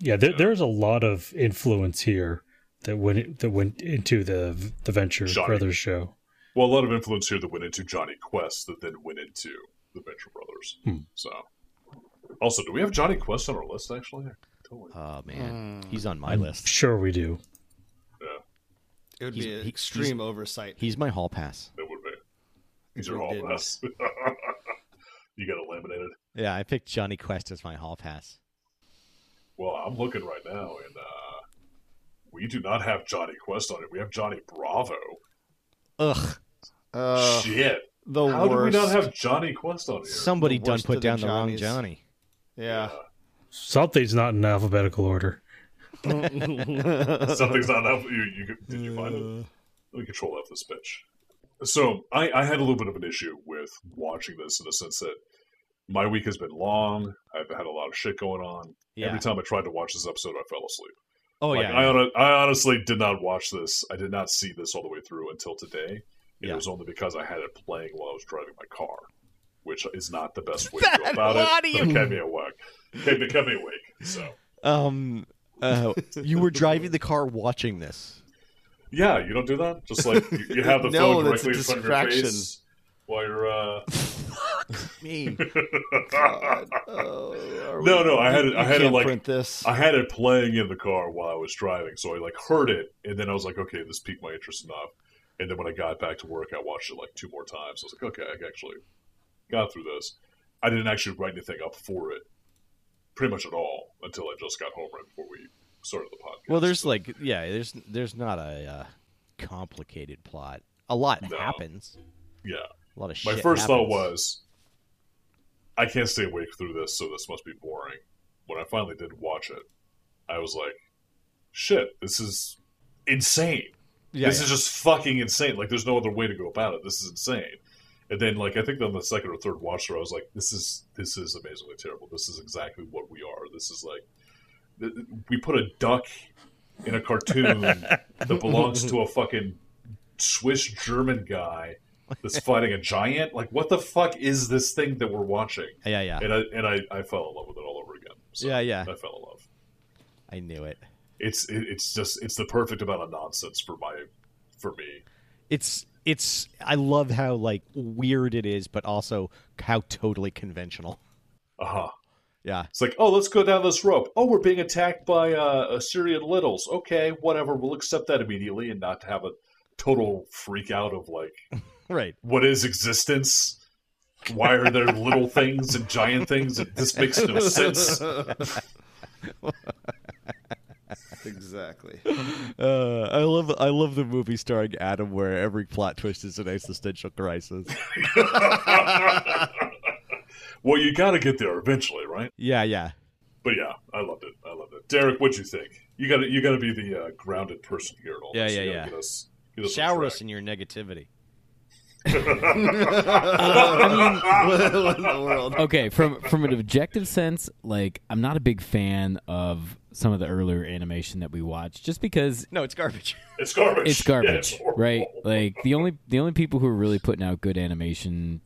[SPEAKER 2] Yeah, there, there's a lot of influence here that went that went into the the Venture
[SPEAKER 1] Johnny.
[SPEAKER 2] Brothers show.
[SPEAKER 1] well, a lot of influence here that went into Johnny Quest that then went into the Venture Brothers. So, also, do we have Johnny Quest on our list? Actually, totally.
[SPEAKER 5] Oh man,
[SPEAKER 3] Hmm.
[SPEAKER 5] he's on my list.
[SPEAKER 2] Sure, we do.
[SPEAKER 3] it would be
[SPEAKER 5] he's-
[SPEAKER 3] an
[SPEAKER 5] he-
[SPEAKER 3] extreme oversight.
[SPEAKER 5] He's my hall pass.
[SPEAKER 1] It would be. These
[SPEAKER 3] If
[SPEAKER 1] are
[SPEAKER 3] we
[SPEAKER 1] all
[SPEAKER 3] didn't.
[SPEAKER 1] us. you got it laminated.
[SPEAKER 5] Yeah, I picked Johnny Quest as my hall pass.
[SPEAKER 1] Well, I'm looking right now, and uh, we do not have Johnny Quest on it. We have Johnny Bravo.
[SPEAKER 5] Ugh,
[SPEAKER 3] Uh,
[SPEAKER 1] Shit.
[SPEAKER 3] the
[SPEAKER 1] How do we
[SPEAKER 3] worst.
[SPEAKER 1] not have Johnny Quest on here?
[SPEAKER 5] somebody
[SPEAKER 3] The
[SPEAKER 5] done
[SPEAKER 3] worst
[SPEAKER 5] put
[SPEAKER 3] of the
[SPEAKER 5] down the wrong
[SPEAKER 3] Johnnies.
[SPEAKER 5] Johnny.
[SPEAKER 3] yeah.
[SPEAKER 2] Something's not in alphabetical order.
[SPEAKER 1] Something's not up. You, you, did you find it? Let me control F this bitch. so I, I had a little bit of an issue with watching this in the sense that my week has been long. I've had a lot of shit going on.
[SPEAKER 5] Yeah.
[SPEAKER 1] Every time I tried to watch this episode, I fell asleep.
[SPEAKER 5] Oh
[SPEAKER 1] Like,
[SPEAKER 5] yeah.
[SPEAKER 1] I, hon- I honestly did not watch this. I did not see this all the way through until today. and
[SPEAKER 5] Yeah.
[SPEAKER 1] It was only because I had it playing while I was driving my car, which is not the best way to go about
[SPEAKER 5] lot
[SPEAKER 1] it. But it kept me awake. Kept, it kept me awake. So
[SPEAKER 5] um, uh, you were driving the car watching this.
[SPEAKER 1] yeah, you don't do that. Just like you, you have the
[SPEAKER 3] No,
[SPEAKER 1] phone
[SPEAKER 3] that's a
[SPEAKER 1] directly in front of your
[SPEAKER 3] distraction.
[SPEAKER 1] face while you're. Uh...
[SPEAKER 5] Me.
[SPEAKER 1] No, no, I had it. I had it
[SPEAKER 3] can't
[SPEAKER 1] like
[SPEAKER 3] print this.
[SPEAKER 1] I had it playing in the car while I was driving, so I like heard it, and then I was like, okay, this piqued my interest enough. And then when I got back to work, I watched it like two more times. I was like, okay, I actually got through this. I didn't actually write anything up for it, pretty much at all, until I just got home right before we started the podcast.
[SPEAKER 5] Well, there's like yeah, there's there's not a uh, complicated plot. A lot
[SPEAKER 1] No.
[SPEAKER 5] happens.
[SPEAKER 1] yeah.
[SPEAKER 5] A lot of
[SPEAKER 1] My
[SPEAKER 5] shit.
[SPEAKER 1] first thought was,
[SPEAKER 5] happens.
[SPEAKER 1] I can't stay awake through this, so this must be boring. When I finally did watch it, I was like, shit, this is insane.
[SPEAKER 5] yeah,
[SPEAKER 1] this
[SPEAKER 5] yeah.
[SPEAKER 1] is just fucking insane. Like, there's no other way to go about it. This is insane. And then, like, I think on the second or third watch through, I was like, this is this is amazingly terrible. This is exactly what we are. This is like, th- th- we put a duck in a cartoon that belongs to a fucking Swiss German guy that's fighting a giant. Like, what the fuck is this thing that we're watching?
[SPEAKER 5] yeah, yeah.
[SPEAKER 1] And I and I, I fell in love with it all over again. So
[SPEAKER 5] Yeah, yeah.
[SPEAKER 1] I fell in love
[SPEAKER 5] I knew it.
[SPEAKER 1] it's it, it's just it's the perfect amount of nonsense for my for me.
[SPEAKER 5] It's it's. I love how like weird it is, but also how totally conventional.
[SPEAKER 1] Uh huh.
[SPEAKER 5] Yeah,
[SPEAKER 1] It's like, oh, let's go down this rope. Oh, we're being attacked by uh, Assyrian littles. Okay, whatever. We'll accept that immediately and not have a total freak out of like
[SPEAKER 5] right.
[SPEAKER 1] what is existence. Why are there little things and giant things? And this makes no sense.
[SPEAKER 3] exactly.
[SPEAKER 5] Uh, I love I love the movie starring Adam, where every plot twist is an existential crisis.
[SPEAKER 1] Well, you got to get there eventually, right?
[SPEAKER 5] yeah, yeah.
[SPEAKER 1] But yeah, I loved it. I loved it. Derek, what'd you think? You got to you got to be the uh, grounded person here. At all
[SPEAKER 5] Yeah,
[SPEAKER 1] this.
[SPEAKER 5] yeah,
[SPEAKER 1] You gotta
[SPEAKER 5] yeah.
[SPEAKER 1] Get us, get us on
[SPEAKER 5] Shower
[SPEAKER 1] track.
[SPEAKER 5] us in your negativity.
[SPEAKER 3] what, what in the world?
[SPEAKER 4] okay, from from an objective sense, like I'm not a big fan of some of the earlier animation that we watched, just because
[SPEAKER 5] No, it's garbage.
[SPEAKER 1] It's garbage.
[SPEAKER 4] it's
[SPEAKER 1] Yeah,
[SPEAKER 4] garbage,
[SPEAKER 1] horrible.
[SPEAKER 4] right? Like the only the only people who are really putting out good animation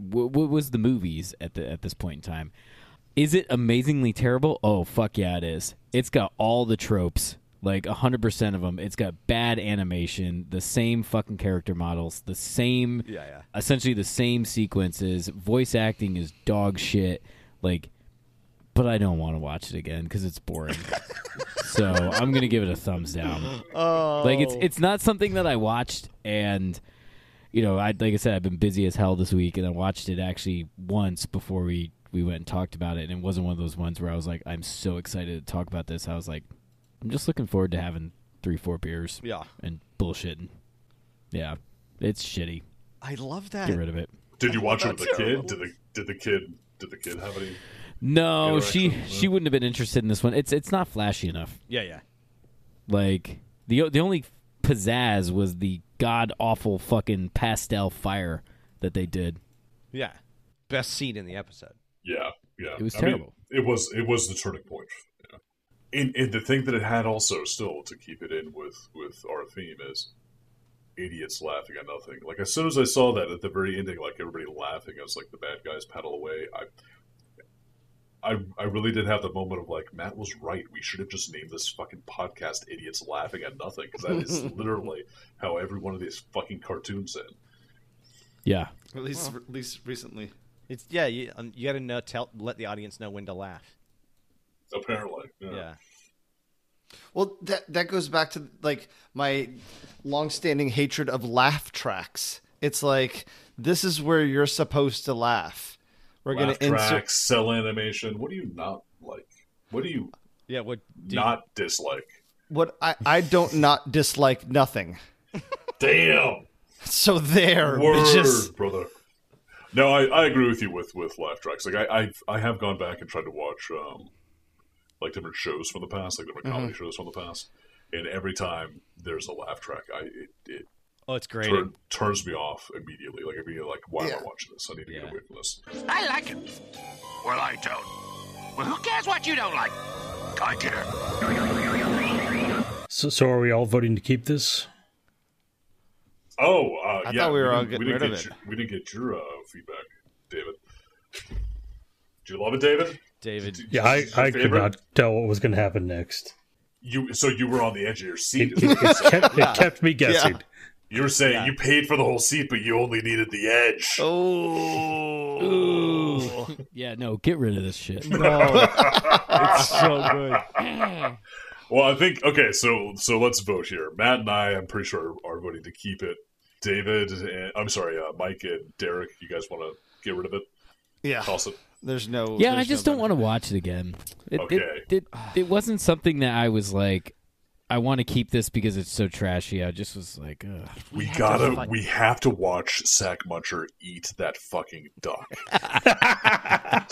[SPEAKER 4] w- w- was the movies at the at this point in time. Is it amazingly terrible? Oh fuck yeah, it is. It's got all the tropes, like hundred percent of them. It's got bad animation, the same fucking character models, the same,
[SPEAKER 5] Yeah, yeah.
[SPEAKER 4] essentially the same sequences. Voice acting is dog shit. Like, but I don't want to watch it again because it's boring. so I'm gonna give it a thumbs down.
[SPEAKER 5] Oh,
[SPEAKER 4] Like it's it's not something that I watched and you know, I like I said I've been busy as hell this week and I watched it actually once before we we went and talked about it and it wasn't one of those ones where I was like I'm so excited to talk about this. I was like I'm just looking forward to having 3 4 beers
[SPEAKER 5] yeah.
[SPEAKER 4] and bullshitting. Yeah. It's shitty.
[SPEAKER 5] I love
[SPEAKER 4] Get
[SPEAKER 5] that.
[SPEAKER 4] rid of it.
[SPEAKER 1] Did you watch it with the
[SPEAKER 5] That's
[SPEAKER 1] kid?
[SPEAKER 5] terrible.
[SPEAKER 1] Did the did the kid did the kid have any?
[SPEAKER 4] No, she
[SPEAKER 1] Interaction,
[SPEAKER 4] she wouldn't have been interested in this one. It's it's not flashy enough.
[SPEAKER 5] Yeah, yeah.
[SPEAKER 4] Like the o- the only pizzazz was the god awful fucking pastel fire that they did.
[SPEAKER 5] Yeah. Best scene in the episode.
[SPEAKER 1] Yeah, yeah.
[SPEAKER 4] It was
[SPEAKER 1] mean,
[SPEAKER 4] terrible.
[SPEAKER 1] it was it was the turning point. Yeah. And, and the thing that it had also still to keep it in with with our theme is idiots laughing at nothing. Like as soon as I saw that at the very ending, like everybody laughing, I was like, the bad guys paddle away. I. I, I really did have the moment of like Matt was right. We should have just named this fucking podcast "Idiots Laughing at Nothing" because that is literally how every one of these fucking cartoons end.
[SPEAKER 4] Yeah.
[SPEAKER 3] At least, at least recently.
[SPEAKER 5] It's yeah. You, um, you got to know, tell, let the audience know when to laugh.
[SPEAKER 1] Apparently, yeah.
[SPEAKER 5] Yeah.
[SPEAKER 3] Well, that that goes back to like my longstanding hatred of laugh tracks. It's like this is where you're supposed to laugh. We're
[SPEAKER 1] Laugh
[SPEAKER 3] gonna insert.
[SPEAKER 1] tracks, cell animation. What do you not like? What do you
[SPEAKER 5] Yeah. What? Do you-
[SPEAKER 1] not dislike?
[SPEAKER 3] What I I don't not dislike nothing.
[SPEAKER 1] Damn,
[SPEAKER 3] So there,
[SPEAKER 1] word,
[SPEAKER 3] it's just
[SPEAKER 1] brother. No, I, I agree with you with with laugh tracks. Like I I've, I have gone back and tried to watch um like different shows from the past, like different comedy shows from the past, and every time there's a laugh track, I it, it
[SPEAKER 5] Oh, it's great.
[SPEAKER 1] Turn, turns me off immediately. Like, I mean, like, why am I watching this? I need to
[SPEAKER 5] Yeah.
[SPEAKER 1] get away from this.
[SPEAKER 9] I like it. Well, I don't. Well, who cares what you don't like? I care.
[SPEAKER 2] So, so are we all voting to keep this?
[SPEAKER 1] Oh, uh,
[SPEAKER 3] I
[SPEAKER 1] yeah.
[SPEAKER 3] thought we were all
[SPEAKER 1] didn't-
[SPEAKER 3] getting
[SPEAKER 1] didn't
[SPEAKER 3] rid
[SPEAKER 1] get
[SPEAKER 3] of it.
[SPEAKER 1] your- we didn't get your uh, feedback, David. Do you love it, David?
[SPEAKER 5] David.
[SPEAKER 2] Yeah, I,
[SPEAKER 1] Your
[SPEAKER 2] I could
[SPEAKER 1] favorite?
[SPEAKER 2] not tell what was going to happen next.
[SPEAKER 1] You so you were on the edge of your seat.
[SPEAKER 2] It,
[SPEAKER 1] is what
[SPEAKER 2] it,
[SPEAKER 1] you're
[SPEAKER 2] it,
[SPEAKER 1] saying.
[SPEAKER 2] kept, it kept me guessing.
[SPEAKER 1] you were saying you paid for the whole seat, but you only needed the edge.
[SPEAKER 3] Oh.
[SPEAKER 4] Ooh. yeah, no, get rid of this shit.
[SPEAKER 1] Well, I think okay. So so let's vote here. Matt and I, I'm pretty sure are, are voting to keep it. David, and, I'm sorry, uh, Mike and Derek, you guys want to get rid of it?
[SPEAKER 3] Yeah.
[SPEAKER 1] Toss it.
[SPEAKER 3] There's no.
[SPEAKER 4] Yeah,
[SPEAKER 3] there's
[SPEAKER 4] I just
[SPEAKER 3] no
[SPEAKER 4] don't want to watch it again. It,
[SPEAKER 1] Okay.
[SPEAKER 4] it, it, it wasn't something that I was like, I want to keep this because it's so trashy. I just was like, Ugh.
[SPEAKER 1] We, gotta. we have to watch Sack Muncher eat that fucking duck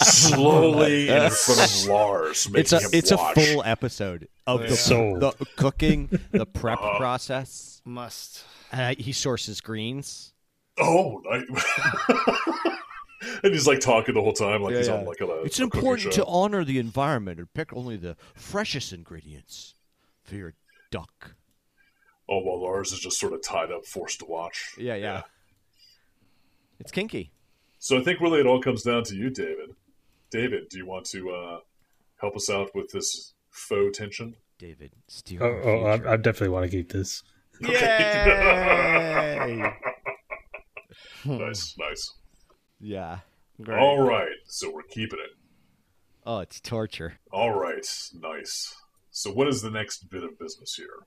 [SPEAKER 1] slowly in front of Lars.
[SPEAKER 5] It's
[SPEAKER 1] Making
[SPEAKER 5] a
[SPEAKER 1] him
[SPEAKER 5] it's
[SPEAKER 1] watch.
[SPEAKER 5] a full episode of the,
[SPEAKER 2] Sold.
[SPEAKER 5] the cooking, the prep process.
[SPEAKER 3] Must.
[SPEAKER 5] Uh, he sources greens.
[SPEAKER 1] Oh, I- and he's like talking the whole time, like he's
[SPEAKER 5] Yeah,
[SPEAKER 1] on
[SPEAKER 5] yeah.
[SPEAKER 1] like a.
[SPEAKER 5] It's
[SPEAKER 1] a cooking
[SPEAKER 5] important
[SPEAKER 1] show.
[SPEAKER 5] to honor the environment and pick only the freshest ingredients for your duck.
[SPEAKER 1] Oh, while Lars is just sort of tied up, forced to watch.
[SPEAKER 5] Yeah, yeah. It's kinky.
[SPEAKER 1] So I think really it all comes down to you, David. David, do you want to uh, help us out with this faux tension?
[SPEAKER 5] David, steer.
[SPEAKER 2] Oh, oh I, I definitely want to keep this.
[SPEAKER 5] Hmm.
[SPEAKER 1] Nice, nice.
[SPEAKER 5] yeah.
[SPEAKER 1] All right, so we're keeping it.
[SPEAKER 5] Oh, it's torture.
[SPEAKER 1] All right, nice. So what is the next bit of business here?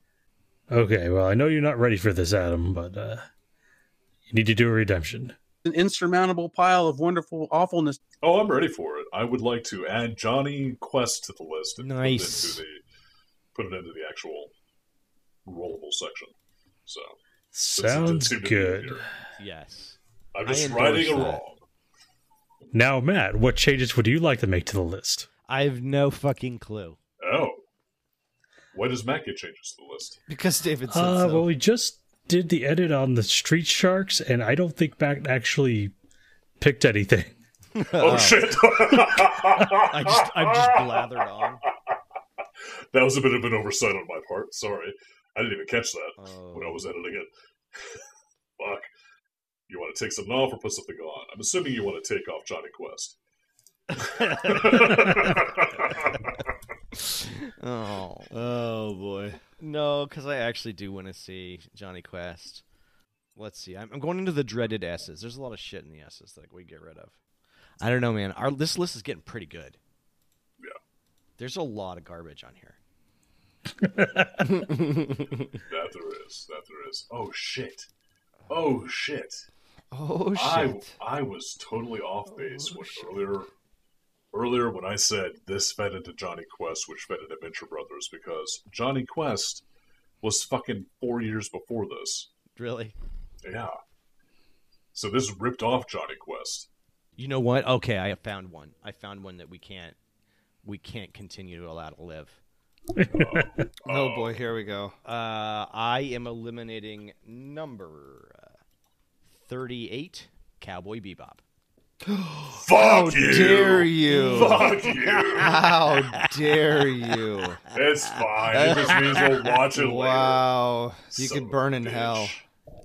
[SPEAKER 2] Okay, well, I know you're not ready for this, Adam, but uh, you need to do a redemption.
[SPEAKER 10] an insurmountable pile of wonderful awfulness.
[SPEAKER 1] Oh, I'm ready for it. I would like to add Johnny Quest to the list and
[SPEAKER 5] Nice.
[SPEAKER 1] put, it into the, put it into the actual rollable section. So it's- it
[SPEAKER 2] Sounds
[SPEAKER 1] seemed to be
[SPEAKER 2] good.
[SPEAKER 1] easier.
[SPEAKER 5] Yes.
[SPEAKER 1] I'm
[SPEAKER 5] I
[SPEAKER 1] just
[SPEAKER 5] endorse
[SPEAKER 1] righting a
[SPEAKER 5] that.
[SPEAKER 1] wrong.
[SPEAKER 2] Now, Matt, what changes would you like to make to the list?
[SPEAKER 5] I have no fucking clue.
[SPEAKER 1] Oh. Why does Matt get changes to the list?
[SPEAKER 3] Because David said
[SPEAKER 2] Uh,
[SPEAKER 3] so.
[SPEAKER 2] well, we just did the edit on the Street Sharks, and I don't think Matt actually picked anything.
[SPEAKER 1] Oh, shit!
[SPEAKER 5] I just I'm just blathered on.
[SPEAKER 1] that was a bit of an oversight on my part. Sorry, I didn't even catch that when I
[SPEAKER 5] Oh.
[SPEAKER 1] was editing it. Fuck. You want to take something off or put something on? I'm assuming you want to take off Johnny Quest.
[SPEAKER 5] Oh.
[SPEAKER 3] oh boy.
[SPEAKER 5] No, because I actually do want to see Johnny Quest. Let's see. I'm, I'm going into the dreaded S's. There's a lot of shit in the S's that we get rid of. I don't know, man. Our this list is getting pretty good.
[SPEAKER 1] Yeah.
[SPEAKER 5] There's a lot of garbage on here.
[SPEAKER 1] that there is. That there is. Oh shit. Oh shit.
[SPEAKER 3] Oh shit. Oh,
[SPEAKER 1] I I was totally off base when earlier earlier when I said this fed into Johnny Quest, which fed into Venture Brothers, because Johnny Quest was fucking four years before this.
[SPEAKER 5] Really?
[SPEAKER 1] Yeah. So this ripped off Johnny Quest.
[SPEAKER 5] You know what? Okay, I have found one. I found one that we can't we can't continue to allow to live.
[SPEAKER 3] oh boy. Here we go.
[SPEAKER 5] Uh, I am eliminating number uh, 38, Cowboy Bebop.
[SPEAKER 3] Oh,
[SPEAKER 1] Fuck you!
[SPEAKER 3] Dare you?
[SPEAKER 1] Fuck you!
[SPEAKER 3] How dare you?
[SPEAKER 1] it's fine. It just means we'll watch it later.
[SPEAKER 3] Wow. You
[SPEAKER 1] Son
[SPEAKER 3] could
[SPEAKER 1] of a
[SPEAKER 3] burn in
[SPEAKER 1] bitch.
[SPEAKER 3] hell.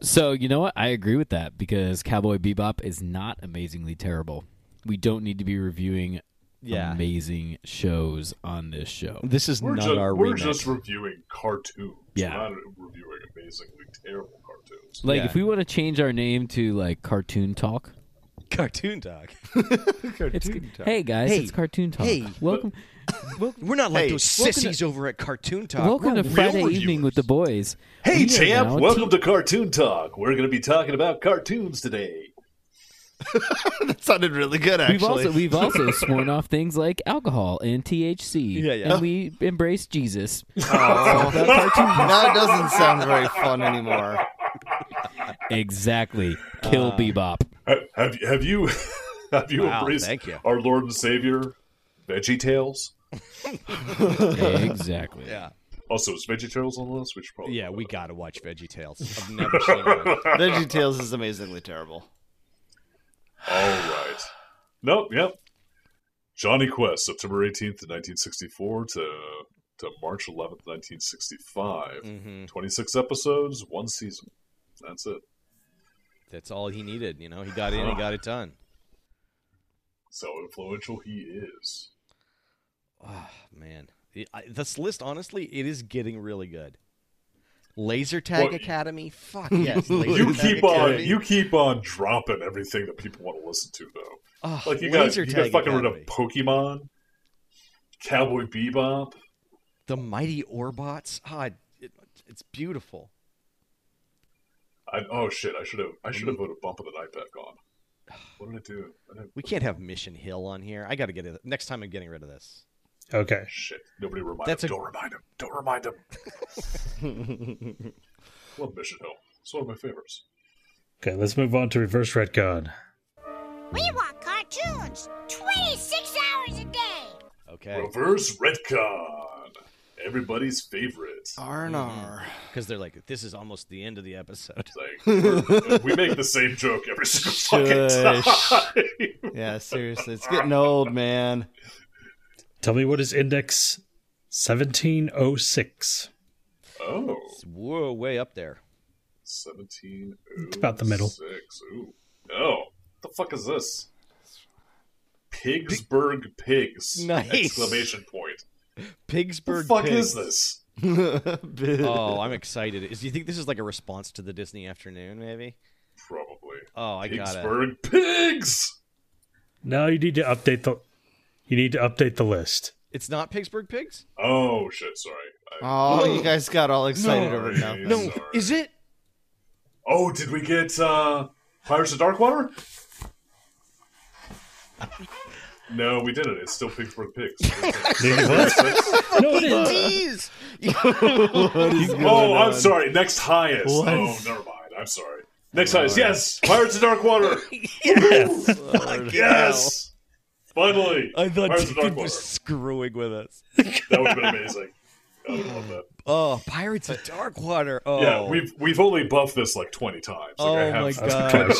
[SPEAKER 4] So you know what? I agree with that because Cowboy Bebop is not amazingly terrible. We don't need to be reviewing
[SPEAKER 5] Yeah.
[SPEAKER 4] amazing shows on this show.
[SPEAKER 5] This is
[SPEAKER 1] We're,
[SPEAKER 5] not
[SPEAKER 1] just,
[SPEAKER 5] our
[SPEAKER 1] we're
[SPEAKER 5] remake.
[SPEAKER 1] just reviewing cartoons.
[SPEAKER 4] Yeah.
[SPEAKER 1] We're not reviewing amazingly terrible cartoons.
[SPEAKER 4] Like
[SPEAKER 5] Yeah.
[SPEAKER 4] if we want to change our name to like Cartoon Talk.
[SPEAKER 5] Cartoon Dog.
[SPEAKER 4] It's, Hey guys, it's Cartoon Talk.
[SPEAKER 5] hey.
[SPEAKER 4] welcome,
[SPEAKER 5] We're not like
[SPEAKER 3] Hey,
[SPEAKER 5] those
[SPEAKER 4] welcome to-
[SPEAKER 5] sissies over at Cartoon Talk.
[SPEAKER 4] welcome
[SPEAKER 5] We're
[SPEAKER 4] to Friday
[SPEAKER 5] real
[SPEAKER 4] evening
[SPEAKER 5] reviewers.
[SPEAKER 4] with the boys.
[SPEAKER 1] Hey,
[SPEAKER 4] We are
[SPEAKER 1] champ!
[SPEAKER 4] now
[SPEAKER 1] Welcome to Cartoon Talk. We're going to be talking about cartoons today.
[SPEAKER 3] That sounded really good,
[SPEAKER 4] We've also we've also sworn off things like alcohol and THC.
[SPEAKER 5] Yeah, yeah.
[SPEAKER 4] And we embrace Jesus.
[SPEAKER 3] now it doesn't sound very fun anymore.
[SPEAKER 4] exactly. Kill
[SPEAKER 5] Uh,
[SPEAKER 4] Bebop.
[SPEAKER 1] Have, have you have you have you
[SPEAKER 5] Wow,
[SPEAKER 1] embraced
[SPEAKER 5] thank you.
[SPEAKER 1] our Lord and Savior, Veggie Tales?
[SPEAKER 4] exactly.
[SPEAKER 5] Yeah.
[SPEAKER 1] Also, is VeggieTales on the list? We should probably.
[SPEAKER 5] Yeah, we got to watch VeggieTales. I've never seen it.
[SPEAKER 3] VeggieTales is amazingly terrible.
[SPEAKER 1] All right. Nope. Yep. Johnny Quest, September eighteenth, nineteen sixty-four to to March eleventh, nineteen sixty-five.
[SPEAKER 5] Mhm.
[SPEAKER 1] Twenty-six episodes, one season. That's it.
[SPEAKER 5] That's all he needed. You know, he got in, he got it done.
[SPEAKER 1] So influential he is.
[SPEAKER 5] Oh, man, It- I- this list honestly, it is getting really good. Laser Tag
[SPEAKER 1] Well,
[SPEAKER 5] Academy, fuck yes. Laser
[SPEAKER 1] You
[SPEAKER 5] Tag
[SPEAKER 1] keep on.
[SPEAKER 5] Academy.
[SPEAKER 1] You keep on dropping everything that people want to listen to, though.
[SPEAKER 5] Ah,
[SPEAKER 1] like you got,
[SPEAKER 5] Laser
[SPEAKER 1] you got
[SPEAKER 5] Tag
[SPEAKER 1] fucking rid
[SPEAKER 5] Academy.
[SPEAKER 1] of Pokemon, Cowboy Bebop.
[SPEAKER 5] the Mighty Orbots. Ah, it, it's beautiful.
[SPEAKER 1] I, oh shit! I should have. I
[SPEAKER 5] Mm-hmm.
[SPEAKER 1] should have voted Bump of the Night back on. What did I do? I didn't,
[SPEAKER 5] We can't have Mission Hill on here. I got to get it. Next time, I'm getting rid of this.
[SPEAKER 2] Okay.
[SPEAKER 1] shit! Nobody remind
[SPEAKER 5] That's
[SPEAKER 1] him.
[SPEAKER 5] a-
[SPEAKER 1] Don't remind him. Don't remind him. Love Mission Hill. It's one of my favorites.
[SPEAKER 2] Okay, let's move on to Reverse Retcon.
[SPEAKER 6] We want cartoons 26 hours a day.
[SPEAKER 5] Okay,
[SPEAKER 1] Reverse Redcon. Everybody's favorite.
[SPEAKER 5] Uh.
[SPEAKER 3] R and R.
[SPEAKER 5] because they're like, this is almost the end of the episode.
[SPEAKER 1] Like we're- we make the same joke every single fucking time.
[SPEAKER 3] Mm-hmm. Yeah, seriously, it's getting old, man.
[SPEAKER 2] Tell me what is index 1706.
[SPEAKER 1] oh,
[SPEAKER 5] It's whoa, way up there.
[SPEAKER 1] seventeen. oh
[SPEAKER 2] about the middle.
[SPEAKER 1] Six. Ooh. Oh, the fuck is this? Pigsburg pigs!
[SPEAKER 5] Nice.
[SPEAKER 1] Exclamation point.
[SPEAKER 5] Pigsburg.
[SPEAKER 1] The fuck is
[SPEAKER 5] Pigs.
[SPEAKER 1] this?
[SPEAKER 5] Oh, I'm excited. Is do you think this is like a response to the Disney afternoon, maybe?
[SPEAKER 1] Probably.
[SPEAKER 5] Oh, I got it.
[SPEAKER 1] Pittsburgh pigs.
[SPEAKER 2] Now you need to update the you need to update the list.
[SPEAKER 5] It's not Pigsburg Pigs?
[SPEAKER 1] Oh shit! Sorry. I,
[SPEAKER 3] Oh, you guys got all excited over nothing.
[SPEAKER 1] No.
[SPEAKER 5] Is it?
[SPEAKER 1] Oh, did we get uh, Pirates of Darkwater? no, we didn't. It's still Pittsburgh pigs.
[SPEAKER 2] No, it is.
[SPEAKER 5] Jeez.
[SPEAKER 1] oh, I'm sorry. Next highest. Oh, never mind. I'm sorry. Next highest. Yes, Pirates of Darkwater.
[SPEAKER 5] Yes.
[SPEAKER 1] yes. Finally,
[SPEAKER 5] I thought
[SPEAKER 1] Pirates of
[SPEAKER 5] Deacon
[SPEAKER 1] Darkwater.
[SPEAKER 5] was screwing with us.
[SPEAKER 1] That would have been amazing. I would love that.
[SPEAKER 5] Oh, Pirates of Darkwater. Oh.
[SPEAKER 1] Yeah, we've we've only buffed this like twenty times. Like,
[SPEAKER 5] Oh
[SPEAKER 1] I have,
[SPEAKER 5] my
[SPEAKER 1] I've
[SPEAKER 5] god.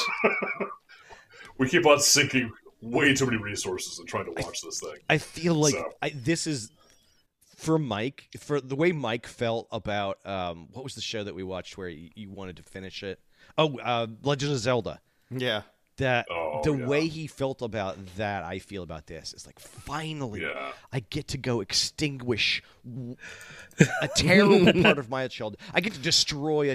[SPEAKER 1] we keep on sinking way too many resources and trying to watch this thing.
[SPEAKER 5] I feel like
[SPEAKER 1] So-
[SPEAKER 5] I, this is for Mike for the way Mike felt about um what was the show that we watched where you, you wanted to finish it? Oh, uh Legend of Zelda.
[SPEAKER 3] Yeah.
[SPEAKER 5] That
[SPEAKER 1] Oh,
[SPEAKER 5] the
[SPEAKER 1] yeah.
[SPEAKER 5] way he felt about that, I feel about this. It's like finally,
[SPEAKER 1] Yeah.
[SPEAKER 5] I get to go extinguish w- a terrible part of my childhood. I get to destroy a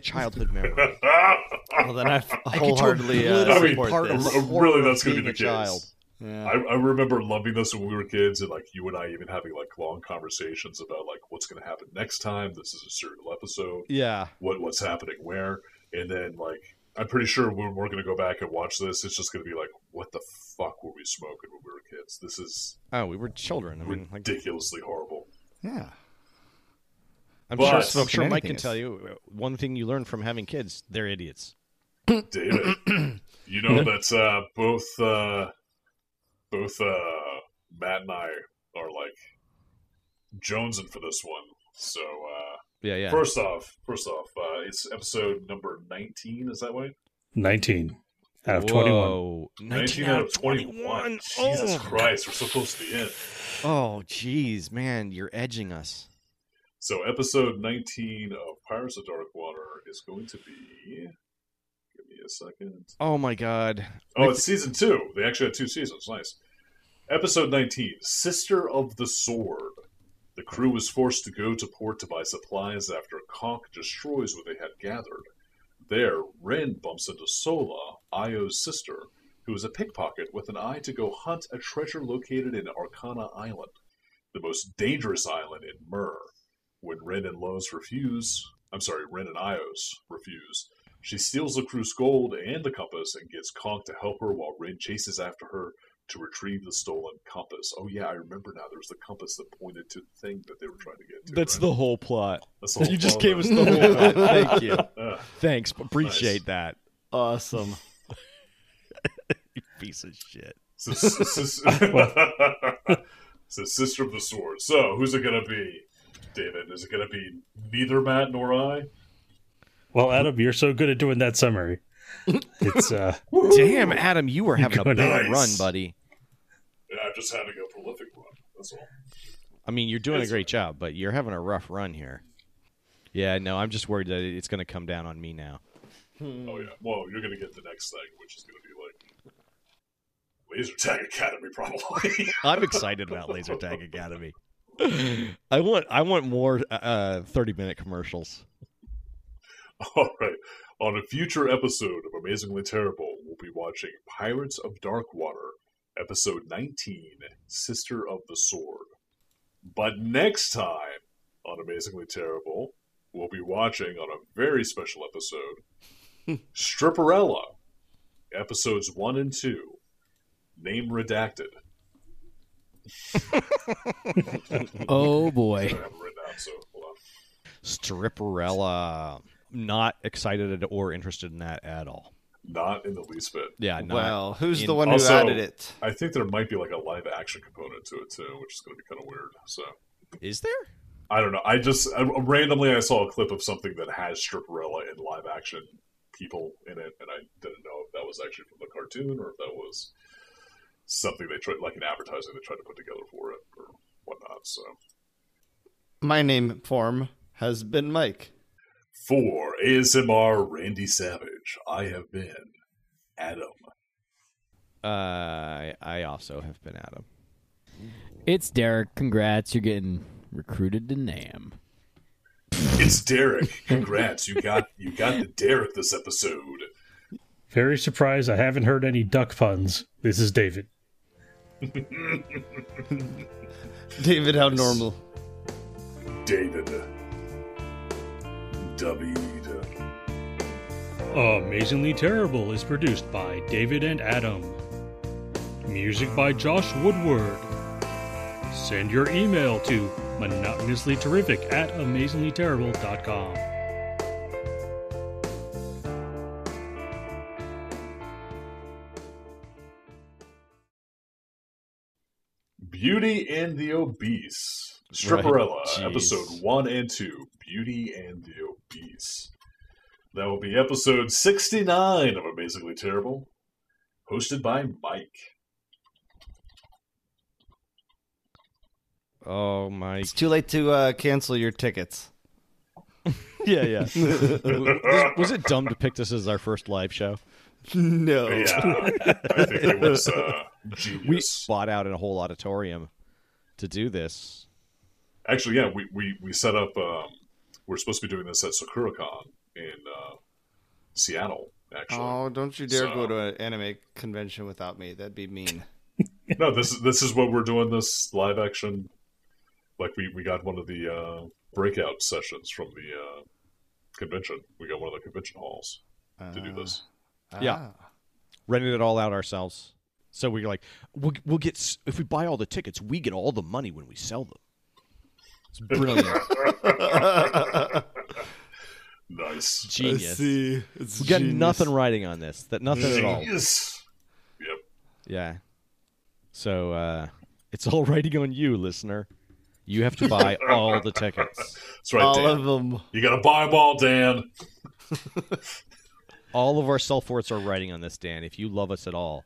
[SPEAKER 5] childhood memory.
[SPEAKER 3] Well, then I f-
[SPEAKER 5] get to
[SPEAKER 3] wholeheartedly uh,
[SPEAKER 5] obliterate
[SPEAKER 1] Ah, I mean,
[SPEAKER 3] support
[SPEAKER 5] part
[SPEAKER 3] this.
[SPEAKER 5] of-
[SPEAKER 1] r- really, that's
[SPEAKER 5] horror
[SPEAKER 1] going to
[SPEAKER 5] being
[SPEAKER 1] be the
[SPEAKER 5] a
[SPEAKER 1] case.
[SPEAKER 5] child.
[SPEAKER 1] I, I remember loving this when we were kids, and like you and I even having like long conversations about like what's going to happen next time. This is a serial episode.
[SPEAKER 5] yeah.
[SPEAKER 1] What what's happening where, and then like I'm pretty sure when we're going to go back and watch this, it's just going to be like, what the fuck were we smoking when we were kids? This is
[SPEAKER 5] Oh, we were children. I mean, like,
[SPEAKER 1] ridiculously horrible.
[SPEAKER 3] Yeah.
[SPEAKER 5] I'm
[SPEAKER 1] But-
[SPEAKER 5] sure, I'm sure
[SPEAKER 3] Smoking
[SPEAKER 5] Mike can
[SPEAKER 3] anything is-
[SPEAKER 5] tell you uh, one thing you learn from having kids: they're idiots.
[SPEAKER 1] David, you know that uh, both uh, both uh, Matt and I are like jonesing for this one. So uh,
[SPEAKER 5] Yeah, yeah.
[SPEAKER 1] first off, first off, uh, it's episode number nineteen. Is that right?
[SPEAKER 2] 19 out of 21.
[SPEAKER 5] Whoa.
[SPEAKER 1] 19 out of Oh. 21. Jesus Christ, we're so close to the end.
[SPEAKER 5] Oh, jeez, man, you're edging us.
[SPEAKER 1] So, episode 19 of Pirates of Dark Water is going to be. Give me a second.
[SPEAKER 5] Oh my God.
[SPEAKER 1] Oh, it's season two. They actually had two seasons. Nice. Episode 19 Sister of the Sword. The crew is forced to go to port to buy supplies after Conk destroys what they had gathered. There, Ren bumps into Sola, Io's sister, who is a pickpocket with an eye to go hunt a treasure located in Arcana Island, the most dangerous island in Myr. When Ren and Los refuse, I'm sorry, Ren and Ios refuse, she steals the crew's gold and the compass and gets Kong to help her while Rin chases after her to retrieve the stolen compass. Oh yeah, I remember now. There was the compass that pointed to the thing that they were trying to get to. right?
[SPEAKER 5] whole plot.
[SPEAKER 1] That's the whole plot of it.
[SPEAKER 5] the whole plot. Thank you.
[SPEAKER 1] Ah,
[SPEAKER 5] Thanks. Appreciate
[SPEAKER 1] Nice.
[SPEAKER 5] that.
[SPEAKER 3] Awesome.
[SPEAKER 5] Piece of shit.
[SPEAKER 1] so, so- so- so Sister of the Sword. So who's it gonna be? David? Is it going to be neither Matt nor I?
[SPEAKER 2] Well, Adam, you're so good at doing that summary. It's uh
[SPEAKER 5] Damn, Adam, you were having a
[SPEAKER 2] Good
[SPEAKER 5] bad
[SPEAKER 2] nice.
[SPEAKER 5] run, buddy.
[SPEAKER 1] Yeah, I'm just having a prolific run. That's all.
[SPEAKER 5] I mean, you're doing a
[SPEAKER 1] It's-
[SPEAKER 5] great job, but you're having a rough run here. Yeah, no, I'm just worried that it's going to come down on me now.
[SPEAKER 1] Oh yeah. Well, you're going to get the next thing, which is going to be like Laser Tag Academy, probably.
[SPEAKER 5] I'm excited about Laser Tag Academy. I want I want more uh, 30 minute commercials.
[SPEAKER 1] All right. On a future episode of Amazingly Terrible, we'll be watching Pirates of Darkwater, episode 19, Sister of the Sword. But next time on Amazingly Terrible, we'll be watching on a very special episode Stripperella, episodes 1 and 2, Name Redacted.
[SPEAKER 4] Oh
[SPEAKER 1] I
[SPEAKER 4] boy.
[SPEAKER 1] don't have it written down, so hold on.
[SPEAKER 5] Stripperella. Not excited or interested in that at all.
[SPEAKER 1] Not in the least bit.
[SPEAKER 5] Yeah, not
[SPEAKER 3] well, who's
[SPEAKER 5] in-
[SPEAKER 3] the one
[SPEAKER 1] Also-
[SPEAKER 3] who added it?
[SPEAKER 1] I think there might be like a live action component to it too, which is going to be kind of weird. So.
[SPEAKER 5] Is there?
[SPEAKER 1] I don't know. I just I, randomly I saw a clip of something that has Stripperella and live action people in it, and I didn't know if that was actually from the cartoon or if that was something they tried, like an advertising they tried to put together for it or whatnot. So
[SPEAKER 3] My name form has been Mike.
[SPEAKER 1] for ASMR Randy Savage, I have been Adam.
[SPEAKER 5] Uh, I I also have been Adam.
[SPEAKER 4] It's Derek. Congrats, you're getting recruited to Nam.
[SPEAKER 1] It's Derek. Congrats, you got you got the Derek this episode.
[SPEAKER 2] very surprised I haven't heard any duck puns. This is David.
[SPEAKER 3] David, how normal.
[SPEAKER 1] David. David.
[SPEAKER 2] Amazingly Terrible is produced by David and Adam. Music by Josh Woodward. Send your email to monotonouslyterrific at amazinglyterrible.com.
[SPEAKER 1] Beauty and the Obese. Stripperella,
[SPEAKER 5] Jeez.
[SPEAKER 1] episode 1 and 2. Beauty and the Obese. That will be episode 69 of Amazingly Terrible, hosted by Mike.
[SPEAKER 5] Oh my!
[SPEAKER 3] It's too late to uh, cancel your tickets.
[SPEAKER 5] Yeah, yeah. was, was it dumb to pick this as our first live show?
[SPEAKER 3] No.
[SPEAKER 1] Yeah, I think it was uh,
[SPEAKER 5] We
[SPEAKER 1] genius.
[SPEAKER 5] bought out in a whole auditorium to do this.
[SPEAKER 1] Actually, yeah, we, we, we set up, um, we're supposed to be doing this at SakuraCon in uh, Seattle, actually.
[SPEAKER 3] Oh, don't you dare
[SPEAKER 1] So-
[SPEAKER 3] go to an anime convention without me. That'd be mean.
[SPEAKER 1] no, this is this is what we're doing. This live action, like we we got one of the uh, breakout sessions from the uh, convention. We got one of the convention halls to do this.
[SPEAKER 5] Yeah.
[SPEAKER 3] Ah.
[SPEAKER 5] Rented it all out ourselves. So we were like, we'll, we'll get s- if we buy all the tickets, we get all the money when we sell them. It's brilliant,
[SPEAKER 1] Nice.
[SPEAKER 5] genius.
[SPEAKER 3] see. It's
[SPEAKER 5] We got nothing writing on this. That nothing at all.
[SPEAKER 1] Yes.
[SPEAKER 5] Yeah. So uh, it's all writing on you, listener. You have to buy all the tickets.
[SPEAKER 1] That's right,
[SPEAKER 3] All
[SPEAKER 1] Dan.
[SPEAKER 3] of them.
[SPEAKER 1] you got to buy them all, Dan.
[SPEAKER 5] All of our self worths are writing on this, Dan. If you love us at all,